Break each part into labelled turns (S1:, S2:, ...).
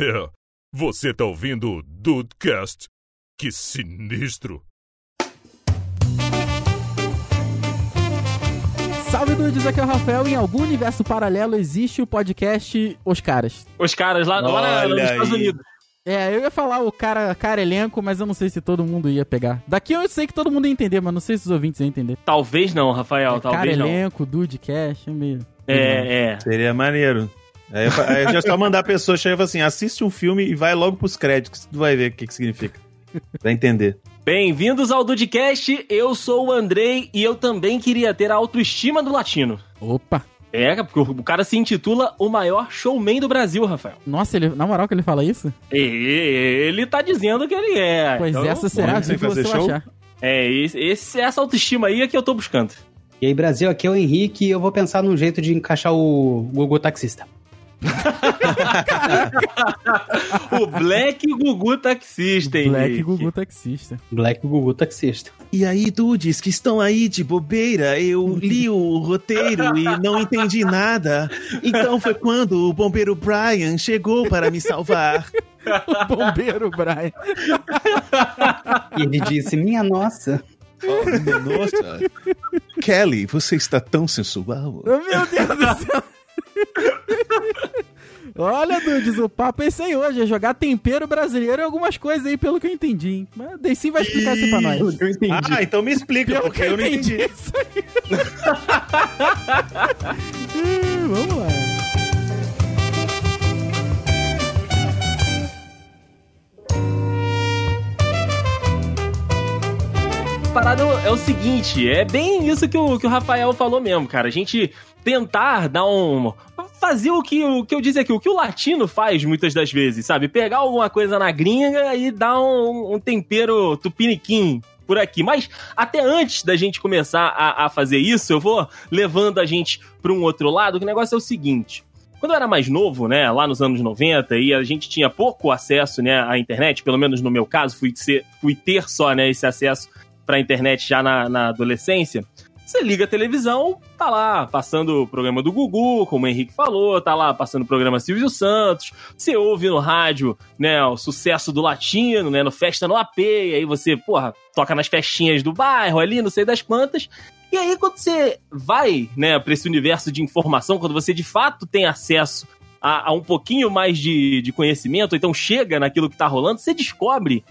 S1: É, você tá ouvindo o Dudecast? Que sinistro!
S2: Salve dudes, aqui é o Rafael. Em algum universo paralelo existe o podcast Os Caras.
S3: Os caras lá, lá na-
S4: Olha
S3: nos Estados
S4: aí.
S3: Unidos.
S2: É, eu ia falar o cara, cara elenco, mas eu não sei se todo mundo ia pegar. Daqui eu sei que todo mundo ia entender, mas não sei se os ouvintes iam entender.
S3: Talvez não, Rafael,
S2: É, cara
S3: talvez não.
S2: elenco, dudecast, é meio.
S3: É, é.
S4: Seria maneiro. Aí, eu fa- aí eu já só mandar a pessoa chegar e falar assim: assiste um filme e vai logo pros créditos, tu vai ver o que, que significa. Vai entender.
S3: Bem-vindos ao Dudcast, eu sou o Andrei e eu também queria ter a autoestima do latino.
S2: Opa!
S3: É, porque o cara se intitula o maior showman do Brasil, Rafael.
S2: Nossa, ele, na moral que ele fala isso?
S3: E ele tá dizendo que ele é.
S2: pois
S3: Então,
S2: essa será a
S4: vamos
S2: vírgula se
S4: fazer
S2: eu
S4: show?
S2: achar.
S3: É, esse, esse- essa autoestima aí é que eu tô buscando.
S5: E aí, Brasil, aqui é o Henrique e eu vou pensar num jeito de encaixar o Google Taxista.
S3: O Black Gugu Taxista, hein?
S2: Black
S3: Henrique?
S2: Gugu Taxista.
S5: Black Google Taxista.
S4: E aí, dudes que estão aí de bobeira, eu li o roteiro e não entendi nada. Então foi quando o bombeiro Brian chegou para me salvar.
S2: O bombeiro Brian.
S5: E ele disse: Minha nossa.
S4: nossa. Kelly, você está tão sensual.
S2: Oh, Meu Deus do céu! Olha, Dudes, o papo é esse aí hoje. É jogar tempero brasileiro e algumas coisas aí, pelo que eu entendi, hein? Mas o Deicim vai explicar isso pra nós.
S5: Eu entendi.
S4: Ah, então me explica,
S2: Pelo
S4: porque
S2: que
S4: eu não entendi.
S2: isso aí. Hum, Vamos lá.
S3: A parada é o seguinte, é bem isso que o, que o Rafael falou mesmo, cara. A gente tentar dar um. Fazer o que, o que eu disse aqui, o que o latino faz muitas das vezes, sabe? Pegar alguma coisa na gringa e dar um, um tempero tupiniquim por aqui. Mas até antes da gente começar a, a fazer isso, eu vou levando a gente para um outro lado, que o negócio é o seguinte. Quando eu era mais novo, né, lá nos anos 90, e a gente tinha pouco acesso, né, à internet, pelo menos no meu caso, fui, ser, fui ter só, né, esse acesso pra internet já na, na adolescência, você liga a televisão, tá lá passando o programa do Gugu, como o Henrique falou, tá lá passando o programa Silvio Santos, você ouve no rádio, né, o sucesso do latino, né, no Festa no AP, e aí você, porra, toca nas festinhas do bairro ali, não sei das quantas. E aí quando você vai, né, pra esse universo de informação, quando você de fato tem acesso a, a um pouquinho mais de, de conhecimento, ou então chega naquilo que tá rolando, você descobre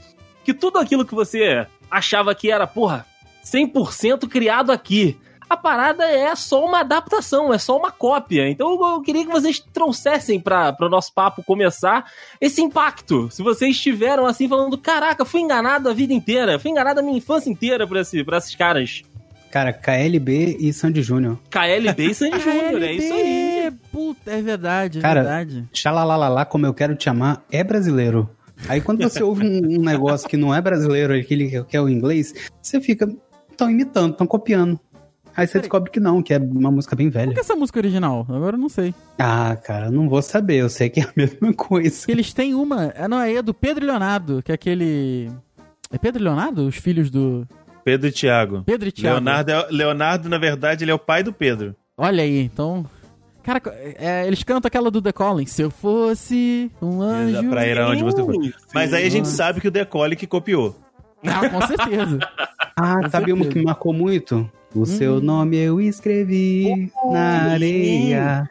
S3: que tudo aquilo que você achava que era, porra, 100% criado aqui. A parada é só uma adaptação, é só uma cópia. Então eu- eu queria que vocês trouxessem para o nosso papo começar esse impacto. Se vocês estiveram assim falando, caraca, fui enganado a vida inteira, fui enganado a minha infância inteira por, esse, por esses caras.
S5: Cara, KLB e Sandy Júnior.
S3: KLB e Sandy Júnior, é isso aí.
S2: Puta, é verdade, é
S5: Cara,
S2: verdade.
S5: Xalalalala, como eu quero te amar, é brasileiro. Aí quando você ouve um, um negócio que não é brasileiro, aquele que- que é o inglês, você fica. Estão imitando, estão copiando. Aí você descobre que não, que é uma música bem
S2: Por que
S5: velha.
S2: essa música original? Agora eu não sei.
S5: Ah, cara, não vou saber, eu sei que é a mesma coisa.
S2: Que Eles têm uma. ah, Não, aí é do Pedro e Leonardo, que é aquele. É Pedro e Leonardo? Os filhos do.
S4: Pedro e Thiago.
S2: Pedro e Thiago.
S4: Leonardo, é- Leonardo, na verdade, ele é o pai do Pedro.
S2: Olha aí, então. Cara, é, eles cantam aquela do The Calling. Se eu fosse um
S4: Da
S2: anjo.
S4: praia era onde você foi.
S3: Sim,
S4: Mas aí a gente
S2: Nossa.
S4: sabe que o Decole que copiou.
S2: Ah, com certeza.
S5: Ah, sabe uma
S2: certeza. Hum.
S5: que me marcou muito? O seu nome eu escrevi na areia.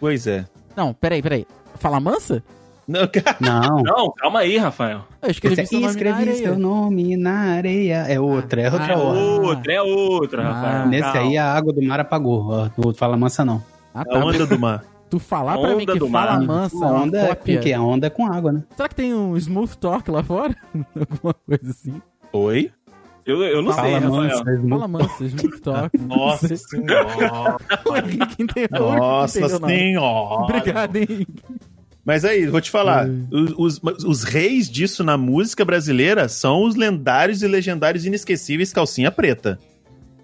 S4: Pois é.
S2: Não, peraí, peraí. Fala mansa?
S4: Não, cara,
S5: Não.
S3: Não, calma aí, Rafael.
S2: Eu escrevi
S5: Esse é,
S2: seu nome na
S5: escrevi
S2: areia.
S5: seu nome na areia. É outra, é outra
S2: Ah,
S5: hora.
S3: Outra, é outra,
S2: Ah.
S3: Rafael.
S5: Nesse
S3: Calma.
S5: aí é a água do mar apagou. ó, Do Fala Mansa não. Hum,
S2: Ah, tá.
S4: a onda do mar.
S2: Tu falar pra mim
S3: Onda
S2: que
S3: do
S2: fala
S3: mar.
S2: mansa,
S5: a onda
S2: uma
S5: é com o
S2: cópia.
S5: quê? A onda é com água, né?
S2: Será que tem um smooth talk lá fora? Alguma coisa assim.
S4: Oi?
S3: Eu, eu não sei,
S5: Fala
S3: Rafael.
S5: Mansa.
S2: Fala mansa, smooth talk.
S4: Nossa senhora.
S2: O Henrique entendeu. o Henrique
S4: Nossa
S2: entendeu, não.
S4: senhora.
S2: Obrigado, Henrique.
S4: Mas aí, vou te falar.
S2: Hum.
S4: Os, os- os reis disso na música brasileira são os lendários e legendários inesquecíveis Calcinha Preta.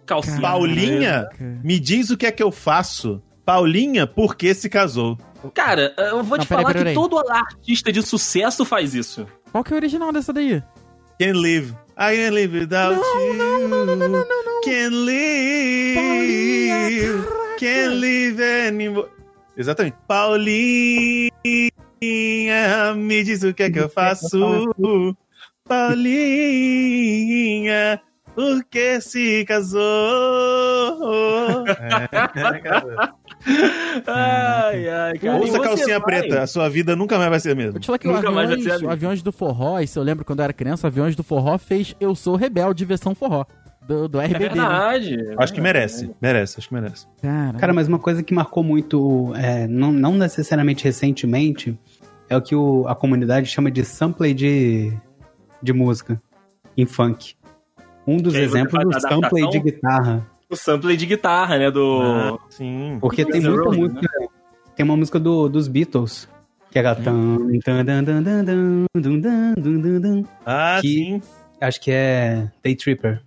S3: Calcinha.
S4: Paulinha,
S2: Caraca.
S4: me diz o que é que eu faço. Paulinha, por que se casou?
S3: Cara, eu vou
S2: Não,
S3: te
S2: peraí,
S3: falar
S2: peraí.
S3: que todo artista de sucesso faz isso.
S2: Qual que é o original dessa daí?
S4: Can't live. I can't live without you. Não, não, não, não, não, Can't live.
S2: Paulinha,
S4: can't live anymore. Exatamente. Paulinha, Paulinha, me diz o que é que eu faço. Paulinha, por que se casou?
S2: Ah,
S3: Ai, ai, cara. E
S4: Ouça
S3: você
S4: calcinha
S3: vai?
S4: preta, a sua vida nunca mais vai ser a
S2: Vou
S4: mesma.
S2: te falar que o
S3: Nunca mais vai
S2: aviões,
S3: ser amigo.
S2: o Aviões do Forró, isso eu lembro quando eu era criança, o Aviões do Forró fez Eu Sou Rebelde versão forró, do, do
S3: É
S2: RBD. né?
S3: verdade.
S4: Acho que merece, merece, acho que merece.
S2: Cara,
S5: Cara, mas uma coisa que marcou muito, é, não, não necessariamente recentemente, é o que o- a comunidade chama de sample de, de música em funk. Um dos
S3: Que aí você
S5: exemplos
S3: faz
S5: do
S3: a
S5: sample de
S3: adaptação?
S5: guitarra.
S3: O sample de guitarra, né? Do.
S4: sim.
S5: Porque
S3: Guns
S5: tem
S3: N'
S5: muita
S3: Roses,
S5: música.
S4: né?
S5: Tem uma música do- dos Beatles. Que é aquela.
S4: Hum.
S5: tan, tan, tan, tan, tan, tan, tan, tan, tan, tan.
S4: Ah,
S5: Que-
S4: sim.
S5: Acho que é Day Tripper.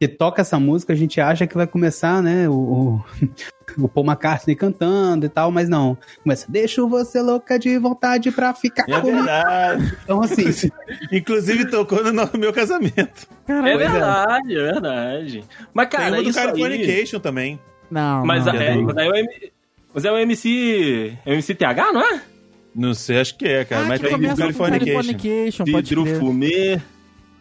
S5: Que toca essa música, a gente acha que vai começar, né? O, o, o Paul McCartney cantando e tal, mas não. Começa, deixo você louca de vontade pra ficar
S4: É
S5: comigo.
S4: verdade.
S5: Então, assim,
S4: Inclusive tocou no no meu casamento.
S3: É
S2: cara,
S3: verdade, é verdade. Mas, cara,
S4: Tem uma do
S3: isso aí...
S4: Californication também.
S2: não,
S3: Mas,
S2: não,
S3: é,
S2: não.
S3: mas aí é o M- mas é o MC. É o MC TH, não é?
S4: Não sei, acho que é, cara.
S2: Ah,
S4: mas
S2: que
S4: tem do
S2: começa com
S4: Californication.
S2: Californication, pode
S3: Pedro
S2: crer.
S3: Fumê.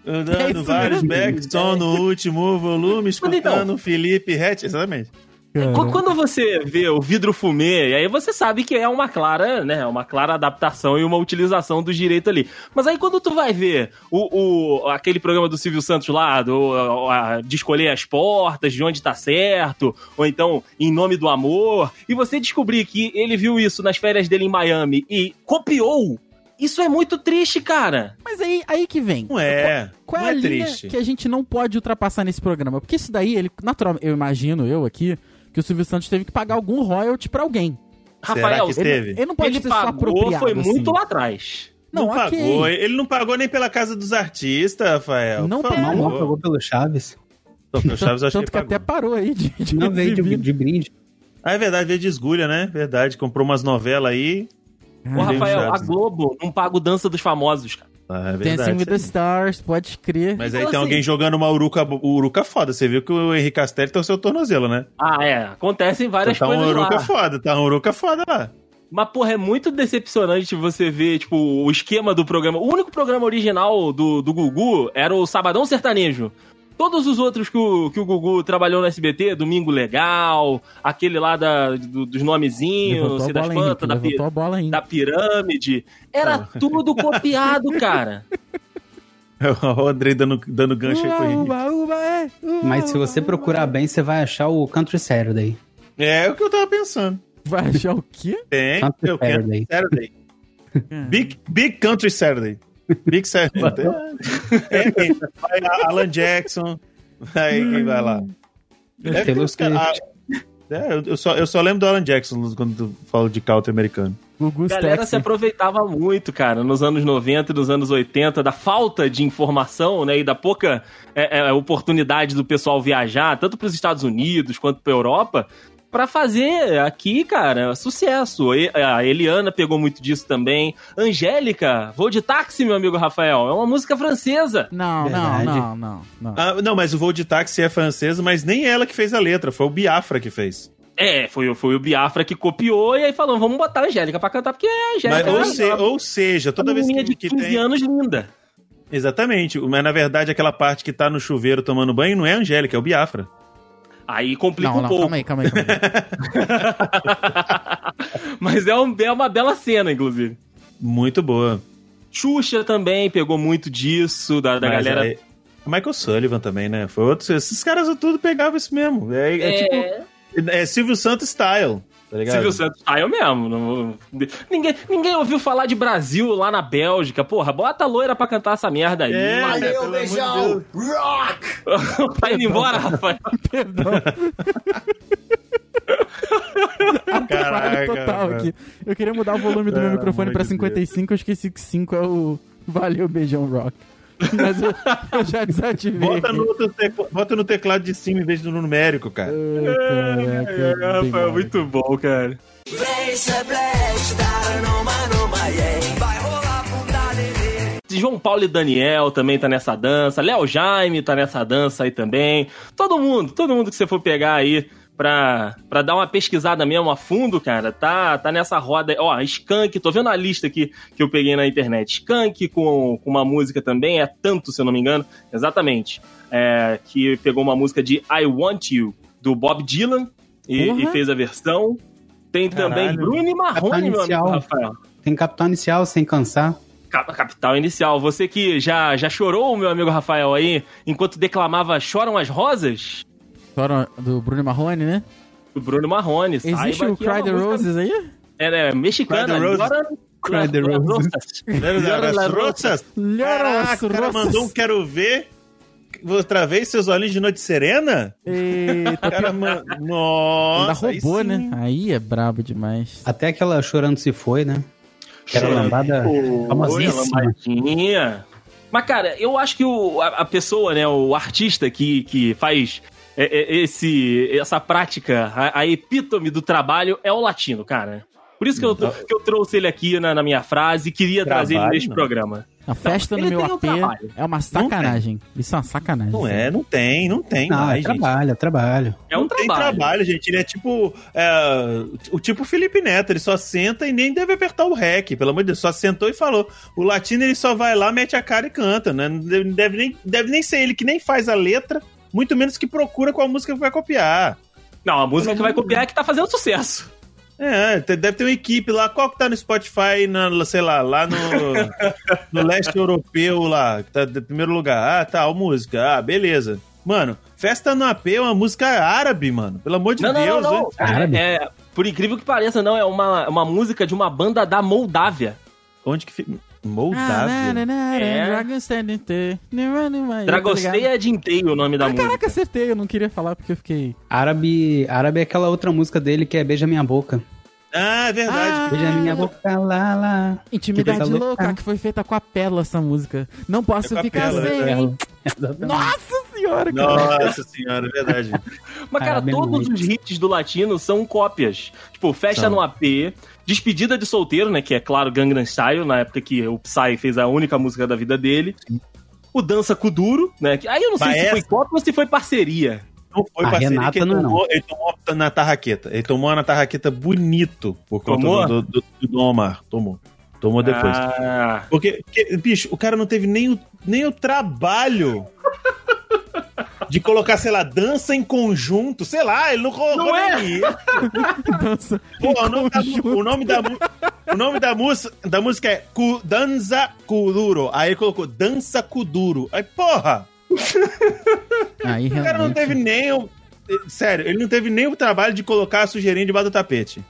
S2: É
S4: Andando
S2: isso
S4: vários
S2: mesmo.
S4: backstone no último volume,
S3: Mas então-
S4: escutando Felipe Hatch. Exatamente.
S2: Cara.
S3: Qu- Quando você vê o vidro fumê, aí você sabe que é uma clara, né? Uma clara adaptação e uma utilização dos direitos ali. Mas aí quando tu vai ver o, o- aquele programa do Silvio Santos lá, do, a- de escolher as portas, de onde tá certo, ou então Em Nome do Amor, e você descobrir que ele viu isso nas férias dele em Miami e copiou, isso é muito triste, cara.
S2: Mas aí, aí que vem.
S4: Não é.
S2: Qual
S4: não
S2: é a
S4: é
S2: linha
S4: triste.
S2: que a gente não pode ultrapassar nesse programa? Porque isso daí, ele, natural, eu imagino, eu aqui, que o Silvio Santos teve que pagar algum royalty pra alguém.
S4: Será
S3: Rafael,
S4: que
S3: ele,
S4: teve?
S2: Ele não pode
S3: ele
S2: ser só
S3: pagou,
S2: apropriado.
S3: foi muito
S2: assim.
S3: lá atrás.
S2: Não,
S4: Não
S2: ok.
S4: pagou. Ele não pagou nem pela casa dos artistas, Rafael.
S2: Não
S4: Por
S2: pagou.
S5: não,
S4: favor.
S5: não pagou pelo Chaves.
S4: Não, pelo Chaves eu acho
S2: Tanto
S4: que
S2: que,
S4: pagou.
S2: até parou aí de, de
S5: Não veio de,
S2: exibir.
S5: de brinde.
S4: Ah, é verdade, veio de esgulha, né? Verdade, comprou umas novelas aí.
S3: Ô,
S4: Ah,
S3: Rafael, a
S4: Chaves, né?
S3: Globo não paga o Dança dos Famosos, cara.
S2: assim,
S4: Ah, é verdade.
S2: Dancing with the Stars, pode crer.
S4: Mas aí
S3: Então,
S4: tem
S3: assim-
S4: alguém jogando uma uruca, uruca é foda. Você viu que o Henrique Castelli torceu o tornozelo, né?
S3: Ah, é. Acontecem
S4: Então,
S3: várias
S4: tá um
S3: coisas
S4: uruca
S3: lá.
S4: foda, tá um uruca foda lá.
S3: Mas, porra, é muito decepcionante você ver, tipo, o esquema do programa. O único programa original do, do Gugu era o Sabadão Sertanejo. Todos os outros que o, que o Gugu trabalhou no SBT, Domingo Legal, aquele lá da, do- dos nomezinhos,
S2: Levantou a
S3: se das
S2: bola, Henrique,
S3: plantas, da, pi-
S2: levantou a bola ainda.
S3: da pirâmide. Era tudo copiado, cara.
S4: O Andrei dando, dando gancho aí pro Henrique.
S2: Uba, uba, é, uba,
S5: Mas se você
S2: uba,
S5: procurar bem, você vai achar o Country Saturday.
S4: É o que eu tava pensando.
S2: Vai achar o quê?
S4: Tem,
S5: Country
S4: É, eu quero
S5: Saturday.
S4: Saturday. Big, Big Country Saturday. Big Saturday. é, é, vai lá, Alan Jackson. Vai,
S3: Hum.
S4: quem vai lá? É,
S5: Taylor
S4: os caras- ah, é, eu- eu, só, eu só lembro do Alan Jackson quando tu fala de country americano.
S2: Gugu
S3: A galera se
S2: Sexy.
S3: aproveitava muito, cara, nos anos 90 e nos anos 80, da falta de informação, né, e da pouca é, é, oportunidade do pessoal viajar, tanto para os Estados Unidos quanto para Europa, pra fazer aqui, cara, sucesso. E- a Eliana pegou muito disso também. Angélica, Vou de Táxi, meu amigo Rafael, é uma música francesa.
S2: Não, não,
S5: Verdade.
S2: não, não, não.
S4: Ah, não, mas o voo de táxi é francesa, mas nem ela que fez a letra, foi o Biafra que fez.
S3: É, foi, o- foi o Biafra que copiou e aí falou, vamos botar a Angélica pra cantar, porque a
S4: Mas,
S3: Angélica
S4: ou,
S3: era
S4: se- ou seja, toda
S3: é uma
S4: vez
S3: menina
S4: que,
S3: de
S4: que
S3: 15
S4: tem.
S3: anos linda.
S4: Exatamente, mas na verdade aquela parte que tá no chuveiro tomando banho não é a Angélica, é o Biafra.
S3: Aí complica
S2: Não,
S3: um
S2: não,
S3: pouco.
S2: calma aí, calma aí. Calma aí.
S3: Mas é, um- é uma bela cena, inclusive.
S4: Muito boa.
S3: Xuxa também pegou muito disso, da, da
S4: Mas
S3: galera.
S4: aí- Michael Sullivan também, né? Foi outro. Esses caras tudo pegavam isso mesmo. É, é tipo. É Silvio Santos style. Tá ligado?
S3: Silvio Santos. Ah, eu mesmo. não- Ninguém, ninguém ouviu falar de Brasil lá na Bélgica. Porra, bota a loira pra cantar essa merda aí.
S4: É,
S3: Vai-
S4: pelo amor
S6: Valeu,
S4: de
S6: beijão!
S4: Deus.
S6: Rock!
S3: Vai Tá indo embora, Rafael.
S2: Perdão. Atrapalho
S4: Caraca,
S2: total
S4: mano.
S2: aqui. Eu queria mudar o volume do meu
S4: Pelo
S2: microfone
S4: amor
S2: pra
S4: de
S2: 55, eu esqueci que 5 é o Valeu Beijão Rock. Mas eu, eu já desativei.
S4: Bota no, outro tecla- bota no teclado de cima em vez do numérico, cara.
S2: Ai,
S4: É,
S2: caraca, bem mal.
S3: bom, cara.
S6: Blaze, blaze, dar numa, numa, yeah. Vai rolar bunda nenê.
S3: João Paulo e Daniel também tá nessa dança. Léo Jaime tá nessa dança aí também. Todo mundo, todo mundo que você for pegar aí pra, pra dar uma pesquisada mesmo a fundo, cara, tá, tá nessa roda. aí. Ó, Skunk, tô vendo a lista aqui que eu peguei na internet. Skunk com, com uma música também, é tanto, se eu não me engano, exatamente. É, que pegou uma música de I Want You, do Bob Dylan, e,
S2: Porra.
S3: e fez a versão. Tem também
S4: Caralho.
S3: Bruno e Marrone, meu amigo
S5: Inicial.
S3: Rafael.
S5: Tem Capitão Inicial, Sem Cansar.
S3: Cap- Capital Inicial. Você que já, já chorou, meu amigo Rafael, aí, enquanto declamava Choram as Rosas?
S2: História do Bruno Marrone, né?
S3: O Bruno Marrone,
S2: Existe
S3: saiba
S2: o
S3: que é uma
S2: Cry the
S3: música-
S2: Roses aí?
S3: É, né,
S4: Cry the
S3: mexicana.
S4: Roses.
S3: Lloran-
S5: Cry the
S3: Lloran
S5: Roses.
S3: Rosas.
S4: Era das roças? Caraca, o cara mandou um quero ver. Outra vez seus olhinhos de noite serena? O
S2: Eita,
S4: cara man...
S2: ainda
S4: Nossa. aí
S2: roubou,
S4: sim.
S2: né? Aí é brabo demais.
S5: Até aquela Chorando Se Foi, né? Que era
S4: Chorando
S5: lambada
S3: Olha,
S4: é
S5: famosíssima.
S3: lambadinha. Mas, cara, eu acho que o, a, a pessoa, né, o artista que, que faz é, é, esse, essa prática, a, a epítome do trabalho é o latino, cara. Por isso que eu, tô- que eu trouxe ele aqui na, na minha frase e queria trazer ele
S4: Trabalho,
S3: neste
S4: não.
S3: programa.
S2: A festa no
S3: ele
S2: meu
S3: tem um
S2: AP
S3: trabalho.
S2: é uma sacanagem. Isso é uma sacanagem.
S4: Não é, não tem, não tem
S5: Não, é
S4: mais, gente.
S5: trabalho, é trabalho.
S3: É um
S4: não
S3: trabalho.
S4: tem trabalho, gente. Ele é tipo. é, o tipo Felipe Neto, ele só senta e nem deve apertar o rec, pelo amor de Deus. Só sentou e falou. O latino ele só vai lá, mete a cara e canta, né? Não deve, deve nem, deve nem ser ele que nem faz a letra, muito menos que procura qual música que vai copiar.
S3: Não, a música que vai copiar é que tá fazendo sucesso.
S4: É, te- deve ter uma equipe lá. Qual que tá no Spotify, na, sei lá, lá no, no leste europeu lá, que tá em primeiro lugar. Ah, tal, música. Ah, beleza. Mano, Festa no AP é uma música árabe, mano. Pelo amor de
S3: Não, não,
S4: Deus.
S3: não, não.
S4: hein?
S5: Árabe?
S3: É, por incrível que pareça, não, é uma, uma música de uma banda da Moldávia.
S4: Onde que fica?
S2: Ah, na,
S4: Moldávia.
S2: na, na,
S3: É.
S2: Dragon Standing T. é, Dragosteia.
S3: Dragosteia de inteiro o nome da
S2: Ah,
S3: música.
S2: caraca, acertei. Eu não queria falar porque eu fiquei.
S5: Árabe, árabe é aquela outra música dele que é Beija Minha Boca.
S4: Ah, é verdade.
S5: Beija Minha Boca, lá, lá.
S2: Intimidade
S5: Que coisa
S2: louca
S5: louca.
S2: Ah. que foi feita com a pérola essa música. Não posso
S4: É com a
S2: ficar
S4: pérola, né?
S2: sem.
S5: Exatamente.
S2: Nossa senhora, cara.
S4: Nossa senhora, é verdade.
S3: Mas, cara,
S5: Parabéns,
S3: todos os
S5: Luiz.
S3: hits do latino são cópias. Tipo, Festa no AP, Despedida de Solteiro, né? Que é, claro, Gangnam Style, na época que o Psy fez a única música da vida dele. O Dança com o Duro, né? que- aí eu não sei
S4: Mas
S3: se foi
S4: essa-
S3: cópia ou se foi parceria.
S4: Não foi
S5: A
S4: parceria
S5: Renata
S4: que ele
S5: não,
S4: tomou, ele tomou na tarraqueta. Ele tomou na tarraqueta bonito por conta
S3: Tomou?
S4: do, do, do- do Omar. Tomou. Tomou depois.
S3: Ah,
S4: Porque, porque, bicho, o cara não teve nem o, nem o trabalho de colocar, sei lá, dança em conjunto. Sei lá, ele não colocou
S3: Não é?
S4: nem
S2: Dança.
S4: Pô, o nome, da, mu- o nome, da, mu- o nome da, mus- da música é Cu- Danza Kuduro. Aí ele colocou Dança Kuduro. Aí, porra,
S2: Aí,
S4: o cara não teve nem o. Sério, ele não teve nem o trabalho de colocar a sujeirinha debaixo do tapete.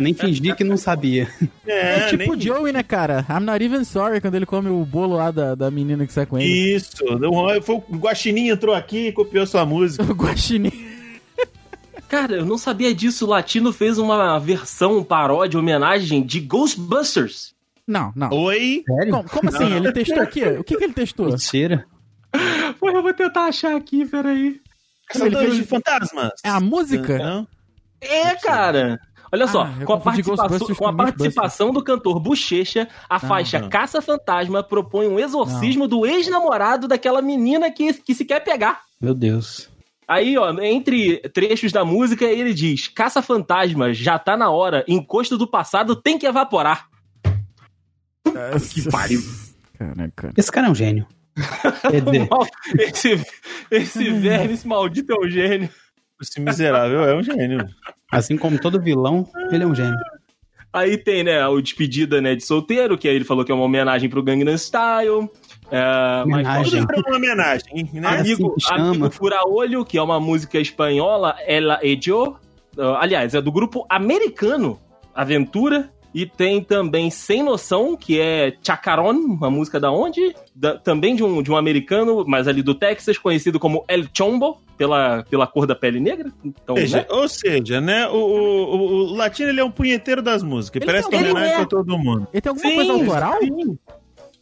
S5: Nem fingi que não sabia.
S2: É tipo
S4: nem
S2: o Joey, né, cara? I'm not even sorry quando ele come o bolo lá da, da menina que sai com ele.
S4: Isso. O- Foi, o Guaxinim entrou aqui e copiou sua música.
S2: O guaxinim.
S3: cara, eu não sabia disso. O latino fez uma versão um paródia, homenagem de Ghostbusters.
S2: Não, não.
S4: Oi?
S5: Sério?
S2: Como, como assim? Ele testou o quê? O que, que ele testou?
S5: Mentira.
S3: Pô, eu vou tentar achar aqui, peraí.
S4: Caçadores de fantasmas.
S2: É a música?
S4: Não?
S3: É, cara. Olha só,
S2: Ah, eu
S3: com, a
S2: confundi
S3: participação-
S2: Ghostbusters
S3: com a
S2: com
S3: participação do cantor Bochecha, a faixa
S4: não.
S3: Caça Fantasma propõe um exorcismo do ex-namorado daquela menina que, que se quer pegar.
S5: Meu Deus.
S3: Aí, ó, entre trechos da música, ele diz: Caça Fantasma, já tá na hora, encosto do passado tem que evaporar.
S2: Que pariu. Caraca.
S5: Esse cara é um gênio. Quer dizer,
S3: Mal- Esse, esse verme, esse maldito é um gênio.
S4: Esse miserável é um gênio.
S5: assim como todo vilão, ele é um gênio.
S3: Aí tem, né, o Despedida né, de Solteiro, que aí ele falou que é uma homenagem pro Gangnam Style. É, mas-
S5: Homenagem.
S4: Tudo pra uma homenagem, né?
S5: Ah,
S3: Amigo,
S5: assim que chama.
S3: amigo Fura Olho, que é uma música espanhola, ela é de. uh, Aliás, é do grupo americano Aventura. E tem também Sem Noção, que é Chacaron, uma música da onde? Da- também de um, de um americano, mas ali do Texas, conhecido como El Chombo, pela, pela cor da pele negra. Então,
S4: Ou seja,
S3: né?
S4: ou seja, né? O, o, o- o latino ele é um punheteiro das músicas.
S3: Ele
S4: Parece que
S2: um
S3: tem-
S4: é
S3: ele
S4: homenagem
S3: é.
S4: pra todo mundo.
S2: Ele tem alguma coisa autoral?
S3: sim.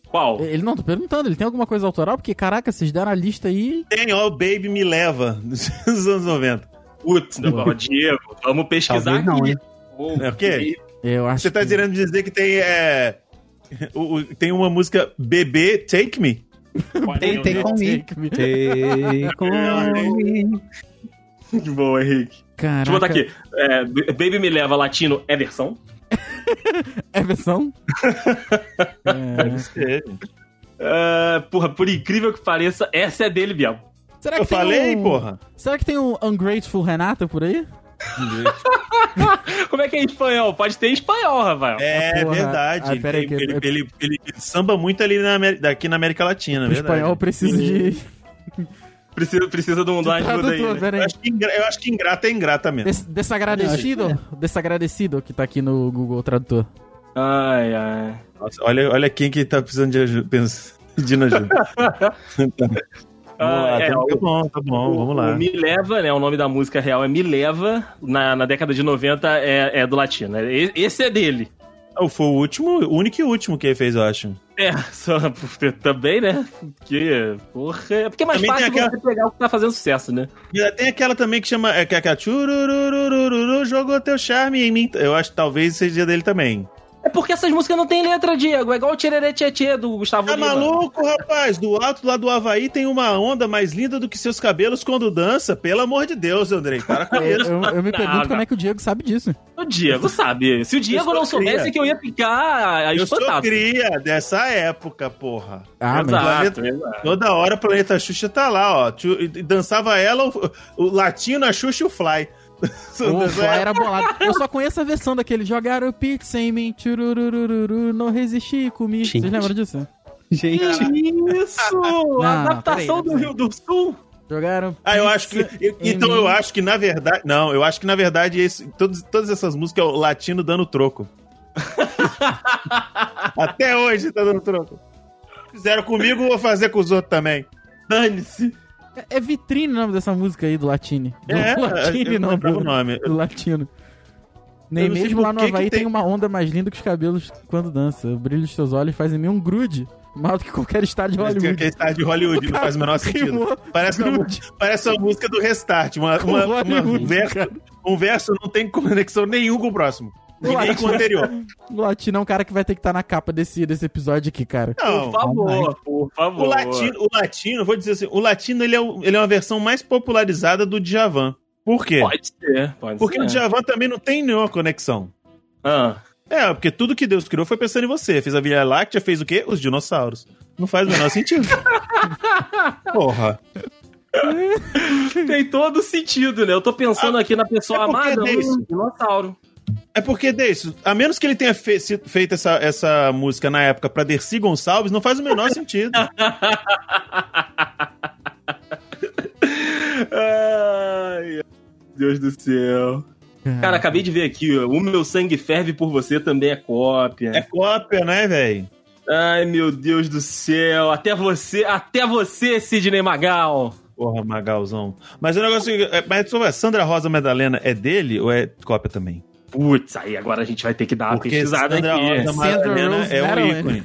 S3: Qual?
S2: Ele não, tô perguntando, ele tem alguma coisa autoral? Porque, caraca, vocês deram a lista aí.
S4: Tem, ó, o Baby Me Leva, dos anos 90.
S3: Putz, não, Diego, vamos pesquisar
S5: Talvez não,
S3: aqui.
S5: hein?
S3: Oh,
S4: É o quê?
S2: Eu acho
S4: Você tá
S2: que-
S4: querendo dizer que tem, é, o- o- tem uma música Bebê Take Me?
S2: né?
S5: Tem, tem
S2: Take
S5: comigo.
S2: me.
S5: Tem comigo.
S3: De boa, Henrique.
S2: Caraca.
S3: Deixa eu botar aqui. É, B- Baby Me Leva Latino Everson.
S2: É versão?
S4: Deve
S2: É
S4: ser.
S3: É, porra, por incrível que pareça, essa é dele, Biel.
S2: Será que
S4: Eu
S2: tem
S4: falei,
S2: um...
S4: porra.
S2: Será que tem um Ungrateful Renato por aí?
S3: Como é que é em espanhol? Pode ter em espanhol, Rafael.
S4: É
S2: porra.
S4: verdade.
S2: Ah,
S4: ele,
S2: peraí que-
S4: ele, ele, ele- ele samba muito ali na, Ameri- daqui na América Latina, é
S2: O
S4: verdade.
S2: espanhol precisa de, de
S3: Precisa, precisa de um de uma ajuda aí.
S2: tradutor,
S3: né?
S2: peraí.
S4: Eu acho, que ingra- eu acho que ingrata é ingrata mesmo.
S2: Des desagradecido? Desagradecido que tá aqui no Google Tradutor.
S3: Ai, ai.
S4: Nossa, olha, olha quem que tá precisando de ajuda. pensa- Pedindo ajuda. Vamos lá,
S3: Ah, é,
S4: tá,
S3: ó,
S4: tá bom, tá bom, vamos
S3: O
S4: lá.
S3: Me Leva, né? O nome da música real é Me Leva. Na, na década de 90 é, é do latino. né? E- Esse é dele.
S4: Ah, Foi o último, o único e último que ele fez, eu acho.
S3: É, só também, né? Porque, porra. É porque é mais
S4: Também
S3: fácil
S4: tem aquela-
S3: você pegar o que tá fazendo sucesso, né?
S4: E É, Tem aquela também que chama. É, que é aquela. Tchururururururu, jogou teu charme em mim. Eu acho que talvez seja dele também.
S3: É porque essas músicas não tem letra, Diego. É igual o Tchererê Tchê do Gustavo
S4: Tá
S3: Lima.
S4: maluco, rapaz? Do alto lá do Havaí tem uma onda mais linda do que seus cabelos quando dança. Pelo amor de Deus, Andrei. Para com
S2: É, Eu,
S4: isso.
S2: eu me pergunto
S3: não.
S2: como é que o Diego sabe disso.
S3: O Diego sabe. Se o Diego
S4: sou
S3: não soubesse,
S4: cria.
S3: que eu ia ficar
S4: Eu sou
S3: espantado.
S4: cria dessa época, porra.
S2: Ah, mas
S3: Exato, exato.
S4: Toda hora o planeta Xuxa tá lá, ó. Tchu- e Dançava ela, o, o latino, a Xuxa e o Fly.
S2: o Fly
S4: né?
S2: é era bolado. Eu só conheço a versão daquele. Jogaram pizza em mim, tchururururu, não resisti, comi.
S5: Gente.
S2: Vocês lembram disso?
S5: Gente,
S3: Isso! a
S2: peraí,
S3: adaptação do
S2: peraí.
S3: Rio do Sul?
S2: Jogaram
S4: Ah, eu acho que.
S2: pizza
S4: eu-
S2: em
S4: então
S2: mim.
S4: eu acho que na verdade. Não, eu acho que na verdade esse, todos, todas essas músicas é o latino dando troco. Até hoje tá dando troco. Fizeram comigo, vou fazer com os outros também. Dane-se.
S2: É- É vitrine o nome dessa música aí do Latine. Do
S4: É,
S2: Latine,
S4: eu não
S2: não,
S4: lembrava
S2: do,
S4: o nome.
S2: do Latino. Nem
S4: Eu não sei
S2: mesmo lá
S4: por
S2: no
S4: que que
S2: Havaí tem...
S4: tem-
S2: uma onda mais linda que os cabelos quando dança. O brilho dos seus olhos faz em mim um grude. Mal do que qualquer estádio de
S4: Mas É, tem
S2: Hollywood.
S4: aquele estádio de Hollywood, não faz o menor sentido.
S2: Rimou
S4: Parece uma,
S2: grude
S4: parece uma música do Restart. Uma,
S2: com
S4: uma, uma- um,
S2: Hollywood,
S4: verso,
S2: cara.
S4: um verso não tem conexão nenhum com o próximo. E nem com o anterior.
S2: O Latino é um cara que vai ter que estar na capa desse, desse episódio aqui, cara.
S4: Não.
S3: Por favor, por favor.
S4: O latino, o latino, vou dizer assim, o latino ele é, o- ele é uma versão mais popularizada do Djavan. Por quê?
S3: Pode ser, pode
S4: Porque
S3: ser.
S4: o Djavan também não tem nenhuma conexão.
S3: Ah,
S4: É, porque tudo que Deus criou foi pensando em você. Fez a Via Láctea, fez o quê? Os dinossauros. Não faz o menor sentido. Porra.
S3: tem todo sentido, né? Eu tô pensando aqui na pessoa
S4: É porque
S3: amada,
S4: é isso.
S3: um dinossauro.
S4: É porque, Deis, a menos que ele tenha fe- se- feito essa, essa música na época pra Dercy Gonçalves, não faz o menor sentido.
S3: Ai, Deus do céu.
S2: Ah.
S3: Cara, acabei de ver aqui, ó, O Meu Sangue Ferve Por Você também é cópia.
S4: É cópia, né, velho?
S3: Ai, meu Deus do céu. Até você, até você, Sidney Magal.
S4: Porra, Magalzão. Mas o negócio. é- Mas, sobre a Sandra Rosa Madalena é dele ou é cópia também?
S3: Putz, aí agora a gente vai ter que dar uma
S4: Porque
S3: pesquisada
S4: Sandra
S3: Tá aqui.
S2: Sandra
S4: Rosa Madalena
S2: Rose
S4: é um
S2: Madeline.
S4: ícone.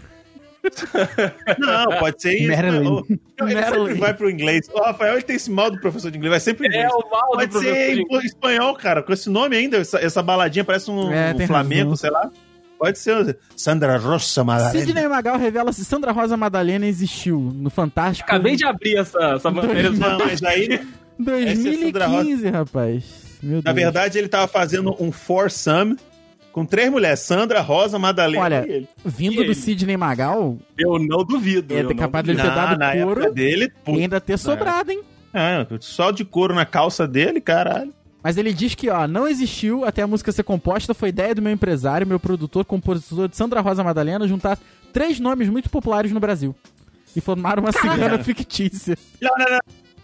S4: Não, pode ser isso. mas,
S5: Madeline.
S4: ô, Ele sempre
S2: Madeline.
S4: vai pro inglês. O Rafael ele tem esse mal do professor de inglês, vai sempre pro
S3: É
S4: inglês.
S3: o mal do
S4: Pode
S3: professor
S4: ser
S3: de
S4: em espanhol, cara, com esse nome ainda, essa, essa baladinha parece um,
S2: É,
S4: um
S2: tem
S4: Flamengo,
S2: razão.
S4: sei lá. Pode ser. um Sandra Rosa Madalena.
S2: Sidney Magal revela se Sandra Rosa Madalena existiu no Fantástico.
S3: Acabei de abrir essa, essa matéria.
S4: Não, mas aí, Essa é Sandra
S2: 2015, rapaz. Meu Deus.
S4: na verdade, ele tava fazendo um foursome com três mulheres, Sandra, Rosa, Madalena
S2: Olha,
S4: e ele.
S2: vindo
S3: ele?
S2: do Sidney Magal,
S3: Eu não duvido.
S2: ia
S3: eu
S2: ter
S3: não
S2: É, capaz
S3: duvido.
S2: dele ter
S4: Na,
S2: dado
S4: na época
S2: couro
S4: dele,
S2: e
S4: puta,
S2: ainda ter sobrado, hein?
S4: ah, só de couro na calça dele, caralho.
S2: Mas ele diz que, ó, não existiu até a música ser composta, foi ideia do meu empresário, meu produtor, compositor de Sandra Rosa Madalena, juntar três nomes muito populares no Brasil. E formar uma cigana fictícia.
S4: Não, não, não.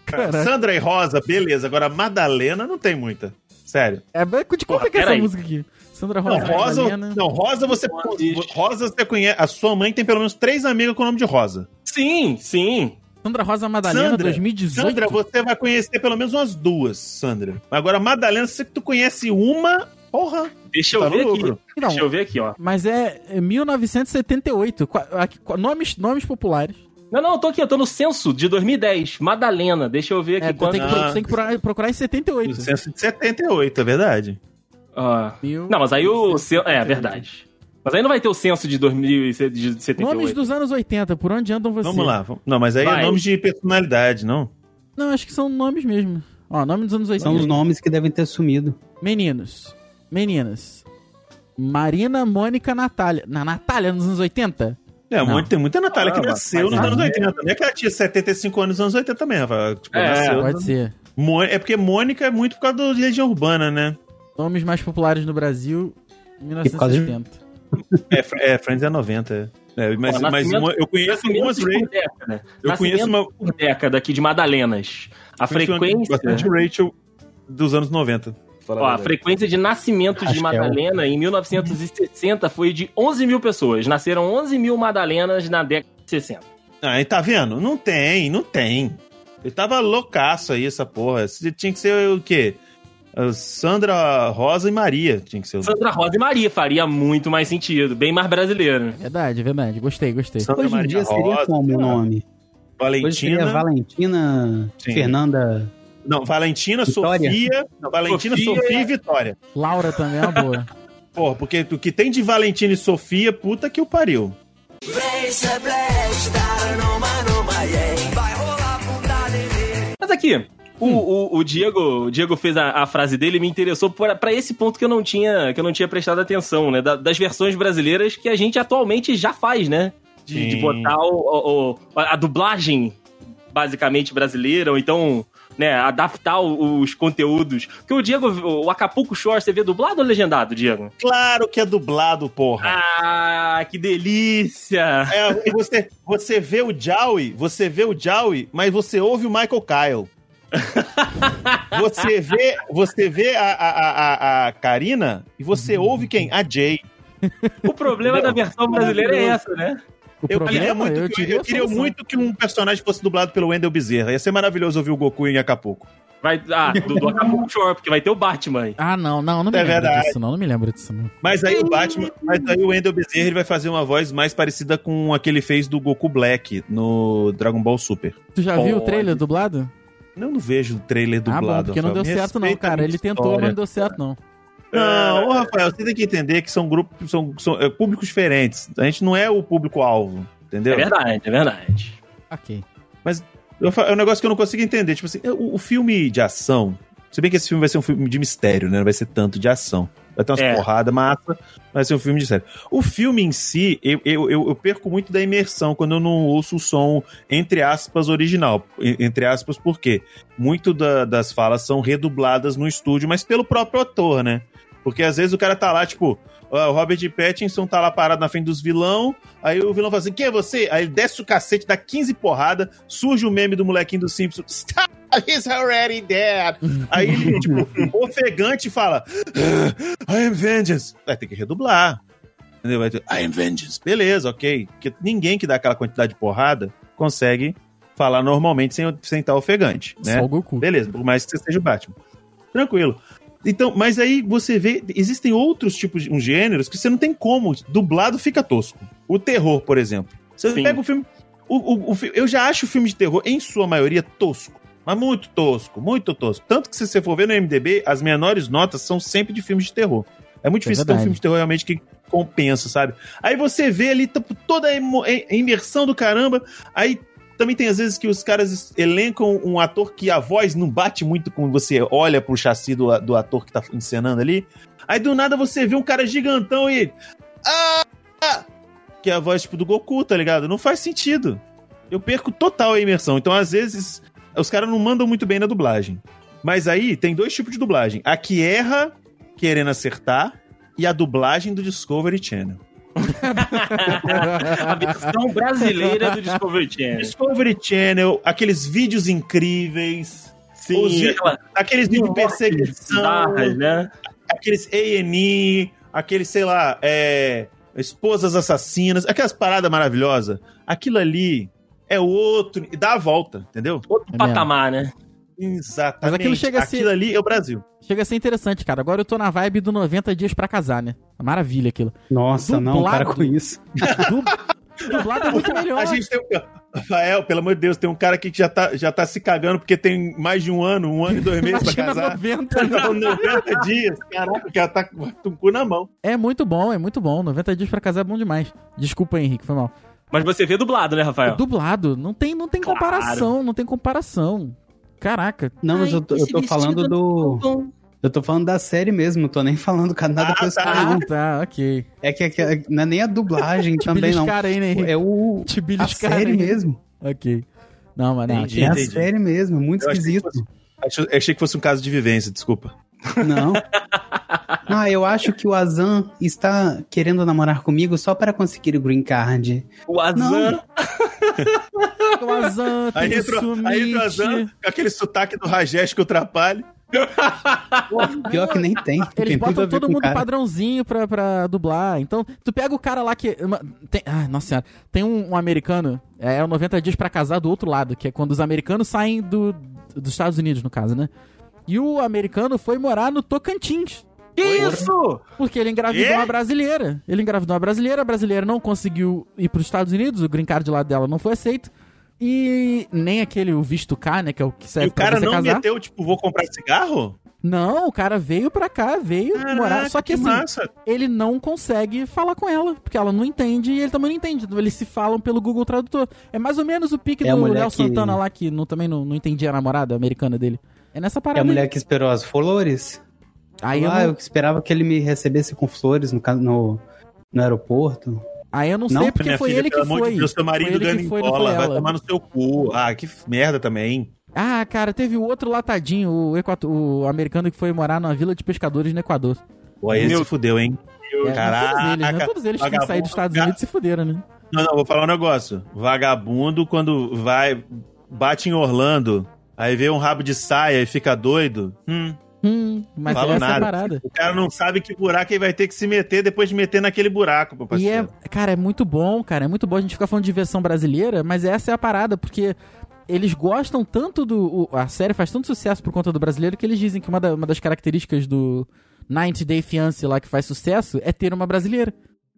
S2: Caraca.
S4: Sandra e Rosa, beleza. Agora, Madalena não tem muita. Sério.
S2: É, mas de
S3: Porra,
S2: conta que é essa
S3: peraí.
S2: música aqui? Sandra
S4: Não,
S2: Rosa
S4: Rosa,
S2: Madalena.
S4: não, Rosa você. Rosa você conhece. A sua mãe tem pelo menos três amigas com o nome de Rosa.
S3: Sim, sim.
S2: Sandra Rosa Madalena,
S4: Sandra,
S2: 2018.
S4: Sandra, você vai conhecer pelo menos umas duas, Sandra. Agora, Madalena, se tu conhece uma, porra,
S3: Deixa eu
S4: tá no
S3: ver aqui.
S4: lucro.
S2: Não,
S3: Deixa eu ver aqui, ó.
S2: Então, Mas é é 1978. qua- aqui, qua- Nomes, nomes populares.
S3: Não, não, eu tô aqui, eu tô no censo de 2010. Madalena, deixa eu ver aqui
S2: É, tem,
S3: quanto.
S2: que, pro- tem que procurar, procurar em 78.
S4: Do censo de 78, é verdade.
S3: Ah.
S2: Mil-
S3: Não, mas aí o. cen- É, verdade. Mas aí não vai ter o censo de 2078.
S2: Nomes dos anos 80, por onde andam vocês?
S4: Vamos lá. vamos- Não, mas aí
S3: Vai.
S4: é nome de personalidade, não?
S2: Não, acho que são nomes mesmo. Ó, nome dos anos 80.
S5: São os nomes que devem ter sumido.
S2: Meninos. Meninas. Marina, Mônica, Natália. Na Natália, nos anos 80?
S4: É,
S2: Não.
S4: muito- tem muita Natália que
S7: Ah,
S4: nasceu nos
S7: mas-
S3: né?
S4: anos 80. Não é que ela tinha 75 anos nos anos 80 também, Rafa. Tipo,
S3: É,
S4: nasceu.
S2: Pode ser.
S4: Mo- É porque Mônica é muito por causa da Legião Urbana, né?
S2: Nomes mais populares no Brasil,
S5: por causa de-
S2: 1970.
S4: É, Fr- é Friends é 90. É, mas,
S3: Ó,
S4: mas
S3: Nascimento-
S4: uma- eu conheço algumas
S3: Nascimentos
S4: Rachel.
S3: por década.
S4: Eu conheço uma,
S3: por década aqui de Madalenas.
S4: é
S3: A frequência.
S4: Bastante Rachel dos anos 90.
S7: Fala
S3: Ó, a
S7: verdade.
S3: frequência de nascimentos de
S5: Acho que é o-
S3: Madalena em 1960 foi de 11 mil pessoas. Nasceram 11 mil Madalenas na década de 60.
S4: Ah, e tá vendo? Não tem, não tem. Eu tava loucaço aí, essa porra. Se- Tinha que ser o quê? Ah, Sandra, Rosa e Maria. Tinha que ser o nome.
S3: Sandra Rosa e Maria faria muito mais sentido, bem mais brasileiro.
S2: Verdade, verdade. Gostei, gostei.
S4: Sandra
S5: Hoje em
S4: Maria
S5: dia seria
S4: Rosa,
S5: como o
S4: sei lá.
S5: nome? Hoje
S4: Valentina.
S5: seria Valentina,
S4: Sim.
S5: Fernanda.
S4: Não, Valentina,
S5: Vitória?
S4: Sofia. é- não, Valentina,
S3: Sofia.
S4: Sofia, e Vitória.
S2: Laura também é uma boa.
S4: Porra, porque o que tem de Valentina e Sofia, puta que o pariu.
S6: Blaze, blaze, dar numa numa, yeah. Vai rolar bunda nenê.
S3: Mas aqui, o, o- o Diego, o Diego fez a, a frase dele e me interessou pra pra esse ponto que eu não tinha, que eu não tinha prestado atenção, né? Da- das versões brasileiras que a gente atualmente já faz, né? De, de
S4: Sim.
S3: botar o, o- o- a a dublagem basicamente brasileira, ou então, né, adaptar o- os conteúdos. Porque o Diego, o Acapulco Shore, você vê dublado ou legendado, Diego?
S4: Claro que é dublado, porra.
S3: Ah, que delícia!
S4: É, você, você vê o Jowie, você vê o Jowie, mas você ouve o Michael Kyle. Você vê, você vê a, a, a, a- a Karina e
S2: Uhum.
S4: você ouve quem? A Jay.
S3: O problema da versão brasileira é essa, né?
S2: O
S4: Eu
S2: problema, é,
S4: queria, muito,
S2: eu
S4: que,
S2: diria
S4: eu queria
S2: solução.
S4: muito que um personagem fosse dublado pelo Wendel Bezerra. Ia ser maravilhoso ouvir o Goku em Acapulco.
S3: Vai, ah, do, do Acapulco Shore, porque vai ter o Batman.
S2: Ah, não, não, não me
S4: É
S2: lembro
S4: verdade.
S2: disso, não. Não me lembro disso, não.
S4: Mas aí o Batman, mas aí o Wendel Bezerra ele vai fazer uma voz mais parecida com a que ele fez do Goku Black no Dragon Ball Super.
S2: Tu já viu o
S3: Pode.
S2: trailer dublado?
S4: Eu não vejo o trailer dublado.
S2: ah, bom, porque não
S4: Rafael.
S2: deu certo, não,
S4: Respeita a
S2: cara.
S4: minha
S2: Ele tentou,
S4: história.
S2: mas não deu certo, não.
S4: Não, ô, Rafael, você tem que entender que são grupos, são, são, é, públicos diferentes. A gente não é o público-alvo,
S3: É
S4: entendeu?
S3: verdade, é verdade.
S2: Ok.
S4: Eu fa- é um negócio que eu não consigo entender. Tipo assim, o, o filme de ação. Se bem que esse filme vai ser um filme de mistério, né? Não vai ser tanto de ação. Vai ter umas
S3: É.
S4: porradas, massa. Vai ser um filme de sério. O filme em si, eu, eu, eu, eu perco muito da imersão quando eu não ouço o som, entre aspas, original. E- Entre aspas, por quê? Muito da- das falas são redubladas no estúdio, mas pelo próprio ator, né? Porque às vezes o cara tá lá, tipo, ó, o Robert Pattinson tá lá parado na frente dos vilão, Aí o vilão fala assim: quem é você? Aí ele desce o cacete, dá 15 porrada, surge o meme do molequinho do Simpsons. Stop, he's already dead. Aí ele, tipo, ofegante fala: "Ah, I am vengeance. Vai ter que redublar. Entendeu? Vai ter, I am vengeance. Beleza, ok. Porque ninguém que dá aquela quantidade de porrada consegue falar normalmente sem, sem estar ofegante. Né?
S2: Só o Goku.
S4: Beleza, por mais que você seja o Batman. Tranquilo. Então, mas aí você vê, existem outros tipos de um gêneros que você não tem como. Dublado fica tosco. O terror, por exemplo. Você
S3: Sim.
S4: pega o filme. o- o- o fi- eu já acho o filme de terror, em sua maioria, tosco. Mas muito tosco, muito tosco. Tanto que se você for ver no MDB, as menores notas são sempre de filmes de terror. É muito
S2: É
S4: difícil ter um
S2: verdade.
S4: filme de terror realmente que compensa, sabe? Aí você vê ali tipo, toda a emo- a imersão do caramba. Aí também tem às vezes que os caras elencam um ator que a voz não bate muito quando você olha pro chassi do, do ator que tá encenando ali. Aí do nada você vê um cara gigantão e. Ah! Que é a voz tipo do Goku, tá ligado? Não faz sentido. Eu perco total a imersão. Então, às vezes, os caras não mandam muito bem na dublagem. Mas aí tem dois tipos de dublagem: a que erra querendo acertar e a dublagem do Discovery Channel.
S3: A versão brasileira do Discovery Channel.
S4: Discovery Channel, aqueles vídeos incríveis,
S3: Sim,
S4: Os vídeos-
S3: aquela-
S4: aqueles vídeos de perseguição,
S3: bizarras, né?
S4: aqueles A&E, aqueles, sei lá, é, esposas assassinas, aquelas paradas maravilhosas. Aquilo ali é outro, e dá a volta, entendeu?
S3: Outro
S2: É
S3: patamar, né?
S4: Exatamente.
S2: Mas aquilo chega a ser-
S4: Aquilo ali é o Brasil.
S2: Chega a ser interessante, cara. Agora eu tô na vibe do 90 dias pra casar, né? Maravilha aquilo.
S5: Nossa, não, para
S2: Dublado.
S5: com isso.
S2: Du- Dublado é muito melhor.
S4: A gente tem um... Rafael, pelo amor de Deus, tem um cara aqui que já tá, já tá se cagando porque tem mais de um ano, um ano e dois meses pra
S2: Imagina
S4: casar.
S2: 90.
S4: Não, 90 dias. Caraca, o cara tá com um cu na mão.
S2: É muito bom, é muito bom. 90 dias pra casar é bom demais. Desculpa, Henrique, foi mal.
S4: É.
S3: Mas você vê dublado, né, Rafael?
S2: Dublado, não tem, não tem
S3: Claro.
S2: comparação, não tem comparação. Caraca.
S5: Não, mas
S7: Ai,
S5: eu tô, eu
S7: esse
S5: tô
S7: vestido
S5: falando do.
S7: Bom,
S5: Eu tô falando da série mesmo, não tô nem falando com nada
S4: Ah,
S5: pessoal.
S4: tá.
S5: não.
S2: Ah, tá, ok.
S5: É que, é que- não é nem a dublagem também, não.
S2: Beliscar aí, né, Henrique?
S5: É o.
S2: Te
S5: A
S2: beliscar
S5: série
S2: aí.
S5: mesmo.
S2: Ok. Não, mas não.
S4: Entendi.
S5: É a
S4: Entendi.
S5: série mesmo, é muito
S4: Eu achei que
S5: esquisito.
S4: Achei, achei que fosse um caso de vivência, desculpa.
S5: Não. Ah, eu acho que o Azan está querendo namorar comigo só para conseguir o green card.
S3: O Azan.
S2: O Azan,
S4: Aí entra, aí entra o Azan, com aquele sotaque do Rajesh que atrapalha.
S5: Pior que nem tem.
S2: Eles
S5: tem tudo a
S2: botam
S5: ver
S2: todo
S5: com o
S2: mundo
S5: cara.
S2: padrãozinho pra, pra dublar. Então, tu pega o cara lá que. uma- tem- ah, nossa senhora. Tem um, um americano, é, é o 90 dias pra casar do outro lado, que é quando os americanos saem do, dos Estados Unidos, no caso, né? E o americano foi morar no Tocantins.
S3: Que isso?
S2: Porque ele engravidou
S4: Quê?
S2: uma brasileira. Ele engravidou uma brasileira, a brasileira não conseguiu ir pros Estados Unidos, o green card lá dela não foi aceito. E nem aquele o visto K, né, que é o que serve
S4: e o cara
S2: pra você
S4: não
S2: casar.
S4: meteu, tipo, vou comprar cigarro?
S2: Não, o cara veio pra cá, veio morar,
S4: Caraca,
S2: só que assim,
S4: massa.
S2: ele não consegue falar com ela, porque ela não entende e ele também não entende. Eles se falam pelo Google Tradutor. É mais ou menos o pique
S5: É a
S2: do
S5: mulher
S2: Léo
S5: que-
S2: Santana lá, que não- também não, não entendia a namorada americana dele. É nessa
S5: É
S2: parada.
S5: a mulher
S2: aí.
S5: que esperou as flores?
S2: Aí, eu
S5: ah,
S2: não,
S5: eu esperava que ele me recebesse com flores no, ca- no, no aeroporto.
S2: aí eu não
S5: Não,
S2: sei é porque
S4: Minha
S2: foi
S4: filha,
S2: ele que
S4: pelo amor
S2: foi.
S4: de Deus, seu marido
S2: foi ele
S4: dando
S2: que
S4: em
S2: foi, não
S4: bola,
S2: foi
S4: vai
S2: ela.
S4: tomar no seu cu. Ah, que merda também.
S2: Ah, cara, teve o outro latadinho, o, equato- o americano que foi morar numa vila de pescadores no Equador.
S4: Pô, aí esse
S3: Meu-
S4: fudeu, hein?
S2: É, todos eles, né?
S4: Caraca,
S2: Todos eles que têm que sair
S4: vagabundo,
S2: dos Estados
S4: cara.
S2: Unidos se fuderam, né?
S4: Não, não, vou falar um negócio. Vagabundo, quando vai, bate em Orlando, aí vê um rabo de saia e fica doido. Hum,
S2: Hum, mas
S4: Falo
S2: essa é a
S4: nada.
S2: parada.
S4: o cara não sabe que buraco ele vai ter que se meter depois de meter naquele buraco, meu
S2: E
S4: parceiro.
S2: é, cara, é muito bom, cara. É muito bom a gente ficar falando de versão brasileira, mas essa é a parada, porque eles gostam tanto do. o- a série faz tanto sucesso por conta do brasileiro que eles dizem que uma, da- uma das características do 90 Day Fiance lá que faz sucesso é ter uma brasileira.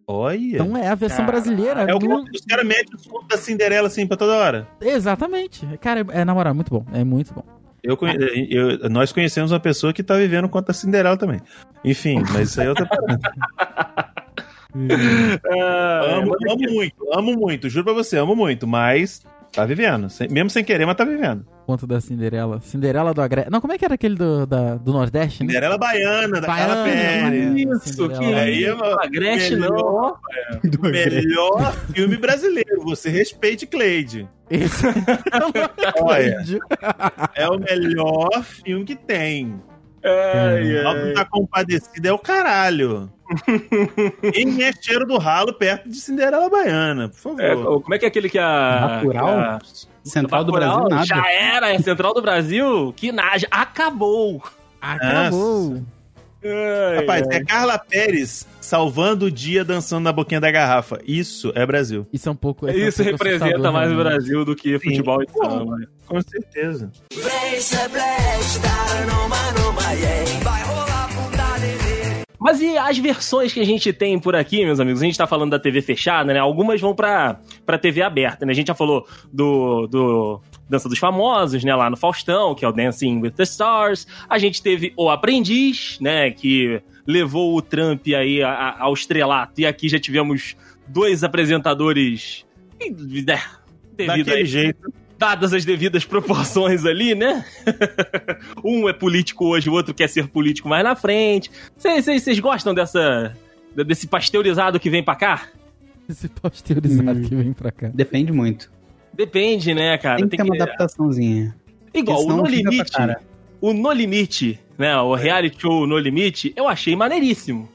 S4: Olha.
S2: Então é a versão
S3: Caralho.
S2: brasileira.
S4: é o
S2: do-
S4: que os caras metem o conto da Cinderela assim pra toda hora.
S2: Exatamente. Cara, é, é na moral, muito bom. É muito bom.
S4: Eu, conhe- eu- nós conhecemos uma pessoa que tá vivendo o conto da Cinderela também. Enfim, mas isso aí é outra parada.
S2: Hum.
S3: Ah,
S4: amo, amo muito, amo muito, juro pra você, amo muito, mas tá vivendo. Sem- mesmo sem querer, mas tá vivendo.
S2: Conto da Cinderela. Cinderela do Agreste. Não, como é que era aquele do, da- do Nordeste, né?
S4: Cinderela baiana, da Carla Pérez.
S2: Baiana,
S3: Isso, que
S2: Cinderela.
S4: Aí, mano,
S3: isso. Agreste
S4: melhor.
S3: não. ó.
S4: Melhor filme brasileiro, você respeite Cleide.
S2: Esse-
S4: Olha, é o melhor filme que tem.
S3: Ai,
S4: Alto tá compadecida é o caralho. Quem é cheiro do ralo perto de Cinderela Baiana, por favor.
S3: É, como é que é aquele que a.
S5: Bacurau?
S3: que a-
S5: Central do
S3: Bacurau,
S5: Brasil, nada.
S3: Já era, é Central do Brasil, que naja, acabou. É,
S2: Acabou.
S4: Rapaz, é Carla Pérez salvando o dia dançando na boquinha da garrafa. Isso é Brasil.
S2: Isso é um pouco. esse é um
S3: Isso
S2: pouco
S3: representa
S2: assustador,
S3: mais o
S2: realmente.
S3: Brasil do que futebol e samba.
S4: Com certeza.
S6: Vem ser blast, dar numa numa yeah. Vai rolar bunda nenê.
S3: Mas e as versões que a gente tem por aqui, meus amigos? A gente tá falando da TV fechada, né? Algumas vão pra, pra TV aberta, né? A gente já falou do, do Dança dos Famosos, né? Lá no Faustão, que é o Dancing with the Stars. A gente teve O Aprendiz, né? Que levou o Trump aí a- a- ao estrelato. E aqui já tivemos dois apresentadores... né, Devido
S4: Daquele
S3: a
S4: jeito.
S3: dadas as devidas proporções ali, né? um é político hoje, o outro quer ser político mais na frente. Vocês gostam dessa desse pasteurizado que vem pra cá?
S2: Esse pasteurizado
S5: Hum.
S2: que vem pra cá.
S5: Depende muito.
S3: Depende, né, cara?
S5: Tem que ter uma adaptaçãozinha.
S3: Igual o
S5: senão
S3: No
S5: fica pra
S3: Limite,
S5: cara. É.
S3: o No Limite, né? O reality show No Limite, eu achei maneiríssimo.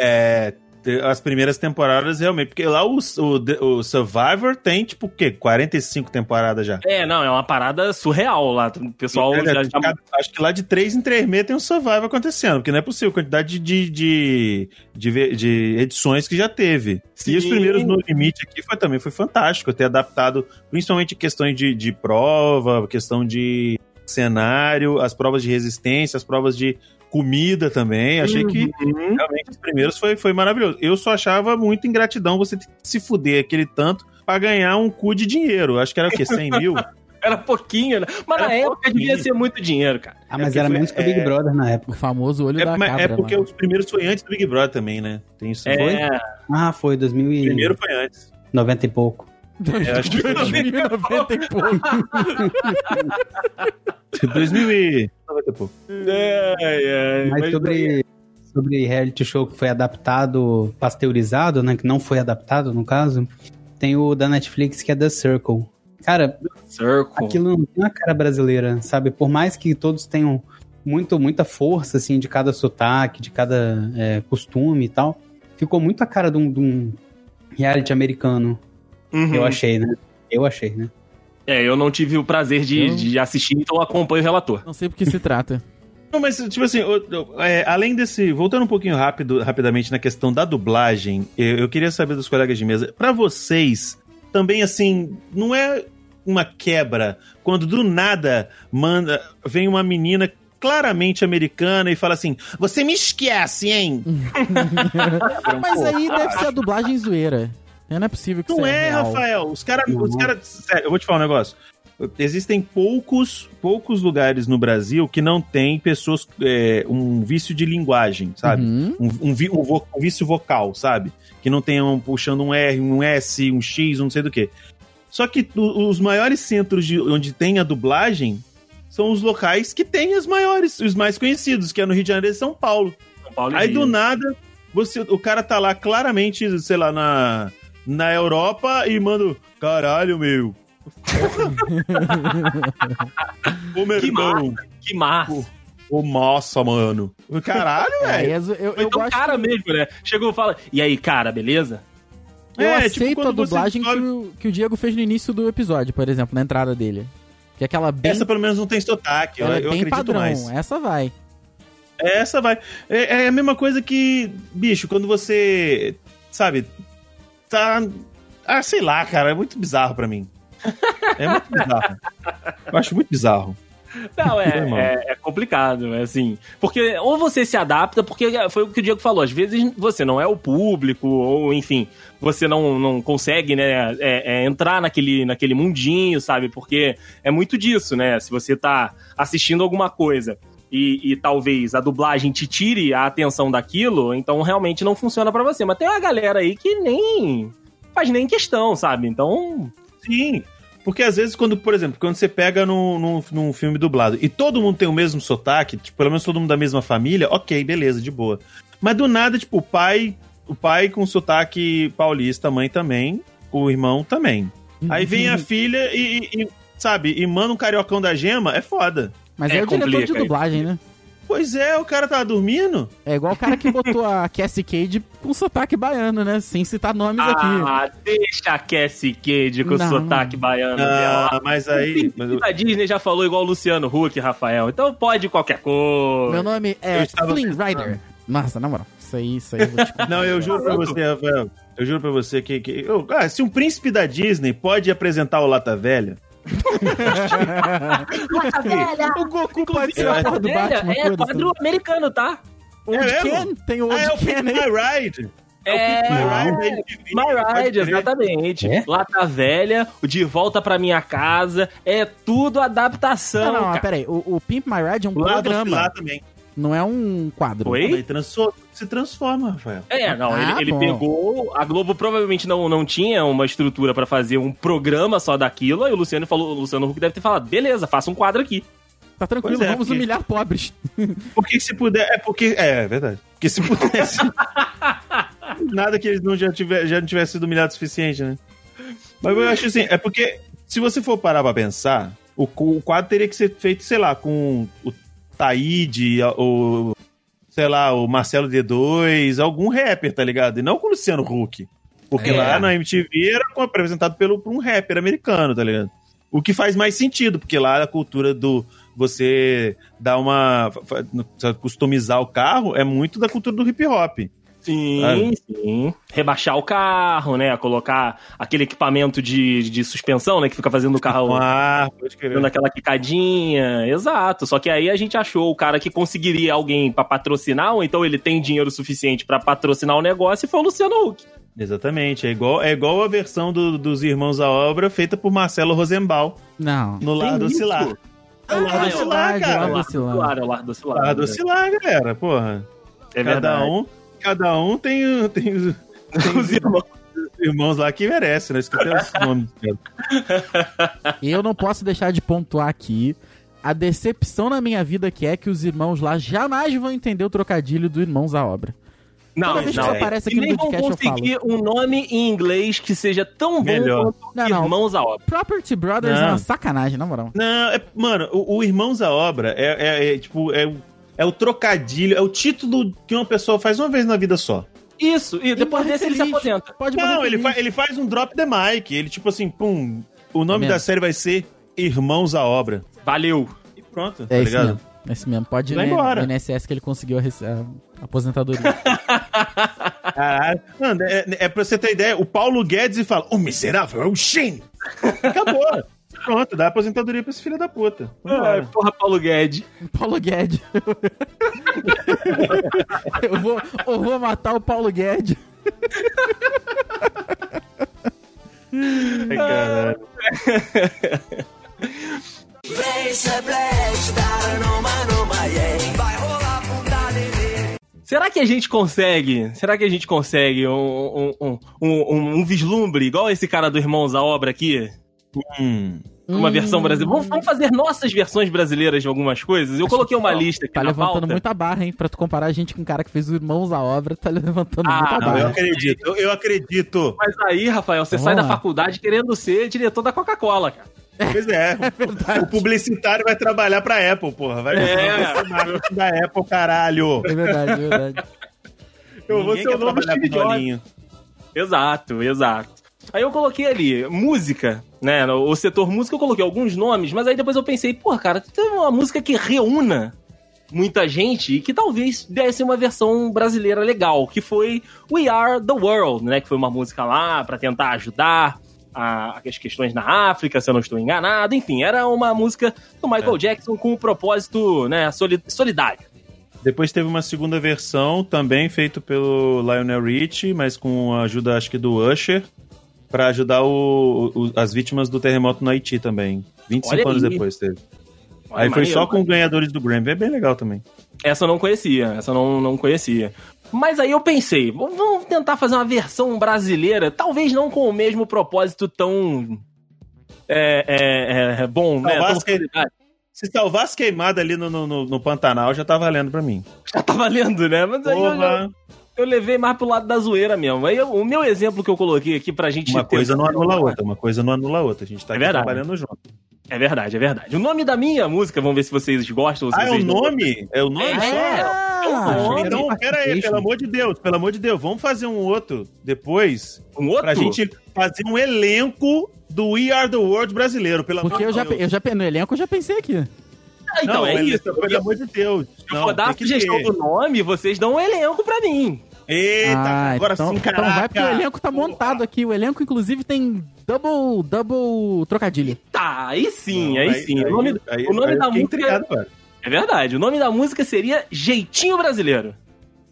S4: É. te- As primeiras temporadas realmente. Porque lá o, o, o Survivor tem, tipo, o quê? 45 temporadas já.
S3: É, não, é uma parada surreal lá. O pessoal
S4: É,
S3: já, tá
S4: de
S3: já-
S4: cada- Acho que lá de 3 em 3 meses tem um Survivor acontecendo, porque não é possível a quantidade de, de, de, ve- de edições que já teve.
S3: Sim.
S4: E os primeiros No Limite aqui foi, também foi fantástico ter adaptado, principalmente questões de, de prova, questão de cenário, as provas de resistência, as provas de comida também. Achei que
S5: um.
S4: realmente os primeiros foi, foi maravilhoso. Eu só achava muito ingratidão você ter que se fuder aquele tanto pra ganhar um cu de dinheiro. Acho que era o quê? 100 mil?
S3: era pouquinho, né? Mas
S4: Era
S3: na época
S4: pouquinho.
S3: devia ser muito dinheiro, cara.
S5: Ah, mas
S4: porque
S5: era
S4: foi-
S5: menos que o Big
S4: é.
S5: Brother na época.
S2: O famoso olho
S4: É,
S2: da
S4: mas
S2: cabra.
S4: é porque
S2: lá.
S4: os primeiros foi antes do Big Brother também, né? Tem isso.
S3: É,
S4: Foi?
S5: Ah, foi
S4: O primeiro
S5: 2090
S4: foi antes.
S5: e pouco.
S4: Eu acho que foi é
S2: 2090 e pouco.
S4: 2000 e... noventa e pouco.
S3: É, é.
S5: Mas sobre, sobre reality show que foi adaptado, pasteurizado, né? Que não foi adaptado, no caso, tem o da Netflix que é The Circle. Cara,
S3: Circle.
S5: aquilo não tem a cara brasileira, sabe? Por mais que todos tenham muito, muita força, assim, de cada sotaque, de cada é, costume e tal, ficou muito a cara de um, de um reality americano,
S3: Uhum.
S5: eu achei, né? Eu achei, né?
S3: É, eu não tive o prazer de,
S2: Eu-
S3: de assistir, então eu acompanho o relator.
S2: Não sei do que se trata.
S4: Não, mas, tipo assim, eu- eu- é, além desse. Voltando um pouquinho rápido, rapidamente na questão da dublagem, eu, eu queria saber dos colegas de mesa. Pra vocês, também, assim, não é uma quebra quando do nada manda, vem uma menina claramente americana e fala assim: Você me esquece, hein?
S2: Ah, Mas aí deve ser a dublagem zoeira. Não é possível que
S4: Não
S2: seja
S4: é,
S2: real.
S4: Rafael. Os caras.
S5: Não.
S4: Os cara, sério, eu vou te falar um negócio. Existem poucos, poucos lugares no Brasil que não tem pessoas. é, um vício de linguagem, sabe?
S2: Uhum.
S4: um, um vi- um vo- um vício vocal, sabe? Que não tenha um puxando um R, um S, um X, um não sei do que. Só que o- os maiores centros de, onde tem a dublagem são os locais que tem as maiores, os mais conhecidos, que é no Rio de Janeiro e São Paulo.
S3: São Paulo e
S4: Aí
S3: Rio.
S4: do nada, você, o cara tá lá claramente, sei lá, na, na Europa e manda. o, Caralho, meu. Ô, meu
S3: Que
S4: irmão.
S3: Que massa.
S4: Ô, nossa, mano. Caralho,
S2: É,
S4: velho.
S2: é zo- eu,
S3: Ou
S2: eu
S3: então o
S2: gosto-
S3: cara mesmo, né? Chegou e fala, e aí, cara, beleza?
S2: eu
S4: É, tipo
S2: aceito a
S4: quando você
S2: dublagem que,
S4: descobre-
S2: o, que o Diego fez no início do episódio, por exemplo, na entrada dele. Que é aquela bem,
S4: Essa pelo menos não tem sotaque, eu,
S2: ela é
S4: eu
S2: bem
S4: acredito
S2: padrão.
S4: mais.
S2: Essa vai.
S4: Essa vai. É, é a mesma coisa que, bicho, quando você, sabe, tá. Ah, sei lá, cara, é muito bizarro pra mim. É muito bizarro. Eu acho muito bizarro.
S3: Não, é,
S4: Foi mal.
S3: é, é complicado, é assim. Porque ou você se adapta, porque foi o que o Diego falou, às vezes você não é o público, ou enfim, você não, não consegue, né, é- é entrar naquele, naquele mundinho, sabe? Porque é muito disso, né? Se você tá assistindo alguma coisa e, e talvez a dublagem te tire a atenção daquilo, então realmente não funciona pra você. Mas tem uma galera aí que nem faz nem questão, sabe? Então.
S4: Sim. Porque às vezes, quando, por exemplo, quando você pega num, num, num filme dublado e todo mundo tem o mesmo sotaque, tipo, pelo menos todo mundo da mesma família, ok, beleza, de boa. Mas do nada, tipo, o pai, o pai com sotaque paulista, a mãe também, o irmão também. Aí vem
S2: Uhum.
S4: a filha e, e- e, sabe, e manda um cariocão da gema, é foda.
S2: Mas é,
S3: É,
S2: o diretor de
S3: complica aí.
S2: dublagem, né?
S4: Pois é, o cara tava dormindo.
S2: É igual o cara que botou a Cassie Cage com sotaque baiano, né? Sem citar nomes aqui.
S3: Ah, deixa a Cassie Cage com o
S2: Não,
S3: sotaque baiano dela.
S4: Ah, mas aí. mas eu-
S3: A Disney já falou igual o Luciano Huck, Rafael. Então pode qualquer coisa.
S2: Meu nome
S4: Eu
S2: é
S4: estava
S2: Flynn Rider. Nossa, na moral. Isso aí, isso aí. eu vou te contar.
S4: Não, eu juro pra você, Rafael. Eu juro pra você que. que eu- ah, se um príncipe da Disney pode apresentar o Lata Velha.
S2: o Goku pode
S3: Inclusive,
S2: ser a
S3: a
S2: porra do
S3: velha
S2: Batman.
S3: é
S2: foda-se.
S3: quadro americano, tá?
S2: Old
S4: É
S2: Ken?
S4: mesmo?
S2: Tem o Old
S4: Ah, é o
S2: Ken
S4: Pimp
S2: aí.
S4: My Ride.
S3: né? É,
S4: My
S2: Não.
S4: Ride da MTV,
S3: My
S4: pode
S3: Ride,
S4: crer.
S3: exatamente.
S5: É?
S3: Lata Velha, o De Volta Pra Minha Casa, é tudo
S2: Não,
S3: adaptação,
S2: não, mas
S3: cara.
S2: peraí. O, o Pimp My Ride é um
S4: O Lado
S2: programa,
S4: Lá também.
S2: não é um quadro.
S3: Oi?
S4: Ele transforma- se transforma, Rafael.
S3: É, não,
S2: Ah,
S3: ele, ele
S2: bom.
S3: pegou. A Globo provavelmente não, não tinha uma estrutura pra fazer um programa só daquilo. Aí o Luciano falou, o Luciano Huck deve ter falado: beleza, faça um quadro aqui.
S2: Tá tranquilo,
S4: Pois é,
S2: vamos
S4: porque-
S2: humilhar pobres.
S4: Porque se puder. É porque. É, é verdade. Porque se pudesse. nada que eles não já, tiver, já não tivessem sido humilhados o suficiente, né? Mas eu acho assim, é porque se você for parar pra pensar, o, cu- o quadro teria que ser feito, sei lá, com o Taíde, a- o. Sei lá, o Marcelo D2, algum rapper, tá ligado? E não com o Luciano Huck. Porque
S3: É.
S4: lá na MTV era com- apresentado pelo, por um rapper americano, tá ligado? O que faz mais sentido, porque lá a cultura do você dar uma. fa- fa- customizar o carro é muito da cultura do hip hop. Então,
S3: Sim,
S4: Sabe?
S3: sim. Ah. Rebaixar o carro, né? Colocar aquele equipamento de, de suspensão, né? Que fica fazendo o carro
S4: Ah, pode crer.
S3: dando aquela quicadinha. Exato. Só que aí a gente achou o cara que conseguiria alguém pra patrocinar, ou então ele tem dinheiro suficiente pra patrocinar o negócio e foi o Luciano Huck.
S4: Exatamente. É igual, é igual a versão do- dos Irmãos à Obra feita por Marcelo Rosenbaum
S2: Não.
S4: no Lado
S3: isso?
S4: Oscilar. É o Lado
S3: Ah, é
S4: Oscilar,
S2: verdade,
S4: cara.
S2: Lado Oscilar.
S3: Claro, é o Lardo Oscilar.
S4: Lado Oscilar, galera. Porra.
S3: É
S4: cada
S3: verdade.
S4: um, cada um tem, o- tem os
S3: Os irmãos.
S4: os irmãos lá que merecem, né? Escutei os nomes. cara.
S2: E eu não posso deixar de pontuar aqui a decepção na minha vida que é que os irmãos lá jamais vão entender o trocadilho do Irmãos à Obra.
S3: Não,
S2: Toda vez que
S3: não.
S2: isso aparece aqui
S3: E
S2: no
S3: nem vão
S2: podcast, eu falo.
S3: conseguir um nome em inglês que seja tão bom
S4: Melhor.
S3: quanto
S2: Não, não.
S3: Irmãos à Obra.
S2: Property Brothers é uma
S4: Não.
S2: sacanagem, na moral.
S4: Não, é- mano, o, o Irmãos à Obra é, é- é, tipo, é, o- é o trocadilho, é o título que uma pessoa faz uma vez na vida só.
S3: Isso, e depois
S2: morre
S3: desse ele se
S2: feliz.
S3: aposenta.
S2: Pode
S4: Não,
S2: morrer
S4: ele,
S2: feliz. É
S4: fa- ele faz um drop the mic. Ele, tipo assim, pum, o nome
S2: Tá
S4: da
S2: vendo?
S4: série vai ser Irmãos à Obra.
S3: Valeu.
S4: E pronto, tá
S2: É esse
S4: ligado?
S2: mesmo. É esse mesmo. Pode ir
S4: Vai embora.
S2: no INSS que ele conseguiu a, rece- a aposentadoria.
S4: Caralho. Mano, é, é pra você ter ideia, o Paulo Guedes fala: O miserável é um Shin. Acabou. Pronto, dá aposentadoria pra esse filho da puta.
S3: Ai,
S4: Vambora.
S3: É, porra, Paulo Guedes.
S2: Paulo Guedes. eu, vou, eu vou matar o Paulo Guedes.
S4: Ai, caralho.
S6: Vem ser blast, dar numa numa yeah. Vai rolar bunda nenê.
S3: Será que a gente consegue? Será que a gente consegue um, um, um, um- um vislumbre igual esse cara do Irmãos à Obra aqui?
S4: Hum.
S3: Uma versão brasileira. Vamos, vamos fazer nossas versões brasileiras de algumas coisas? Eu coloquei uma lista aqui
S2: Tá
S3: na
S2: levantando
S3: pauta.
S2: muita barra, hein? Pra tu comparar a gente com um cara que fez o Irmãos à Obra, tá levantando
S3: Ah,
S2: muita
S3: não,
S4: Não, eu
S2: barra.
S4: acredito, eu, eu acredito.
S3: Mas aí, Rafael, você
S2: Vamos
S3: sai da
S2: lá.
S3: faculdade querendo ser diretor da Coca-Cola, cara.
S4: Pois é. O publicitário vai trabalhar pra Apple, porra. Vai
S3: É.
S4: vai ser marketing da Apple, caralho.
S2: É verdade, é verdade.
S4: Eu vou
S3: Ninguém
S4: ser o
S3: quer
S4: novo
S3: trabalhar
S4: Steve
S3: com dolinho.
S4: Jobs.
S3: Exato, exato. Aí eu coloquei ali, música, né? no- O setor música eu coloquei alguns nomes, mas aí depois eu pensei, pô, cara, tem uma música que reúna muita gente e que talvez desse uma versão brasileira legal, que foi We Are the World, né? Que foi uma música lá pra tentar ajudar a- as questões na África, se eu não estou enganado. Enfim, era uma música do
S4: É.
S3: Michael Jackson com o propósito, né, soli- solidário.
S4: Depois teve uma segunda versão, também feito pelo Lionel Richie, mas com a ajuda, acho que, do Usher, pra ajudar o- o- as vítimas do terremoto no Haiti também. 25
S3: Olha
S4: anos
S3: aí.
S4: depois teve. Aí foi só com ganhadores do Grammy. É bem legal também.
S3: Essa eu não conhecia, essa eu não, não conhecia. Mas aí eu pensei, v- vamos tentar fazer uma versão brasileira, talvez não com o mesmo propósito tão. É, é, é, bom, né? Tão
S4: Salvasse-
S3: solidário.
S4: Se salvasse queimada ali no, no- no- no Pantanal, já tá valendo pra mim.
S3: Já tá valendo, né? Mas aí eu,
S4: Porra,
S3: eu levei mais pro lado da zoeira mesmo. Aí eu- o meu exemplo que eu coloquei aqui pra gente.
S4: uma
S3: ter-
S4: coisa não anula a outra, uma coisa não anula a outra. A gente tá
S3: É
S4: aqui
S3: verdade.
S4: trabalhando junto.
S3: É verdade, é verdade. O nome da minha música, vamos ver se vocês gostam. ou se
S4: Ah, é o
S3: vocês não-
S4: nome? É o nome
S3: É,
S4: só?
S2: Ah,
S3: nome.
S4: então, pera aí, pelo amor de Deus, pelo amor de Deus, vamos fazer um outro depois
S3: Um outro?
S4: pra gente fazer um elenco do We Are the World brasileiro, pelo
S2: Porque eu
S4: amor de
S2: já,
S4: Deus.
S2: eu já no elenco eu já pensei aqui.
S3: Ah, então,
S4: Não,
S3: é isso.
S4: pelo amor de Deus.
S3: Eu vou dar a sugestão do nome, vocês dão um elenco pra mim.
S4: Eita,
S2: Ah,
S4: agora
S2: então,
S4: sim,
S2: então
S4: caraca.
S2: vai porque o elenco tá montado aqui. O elenco, inclusive, tem double, double trocadilho.
S3: Tá, aí sim,
S4: Não,
S3: aí, sim. o nome,
S4: aí-
S3: o nome
S4: aí eu
S3: da música.
S4: fiquei intrigado, cara.
S3: É verdade, o nome da música seria Jeitinho Brasileiro.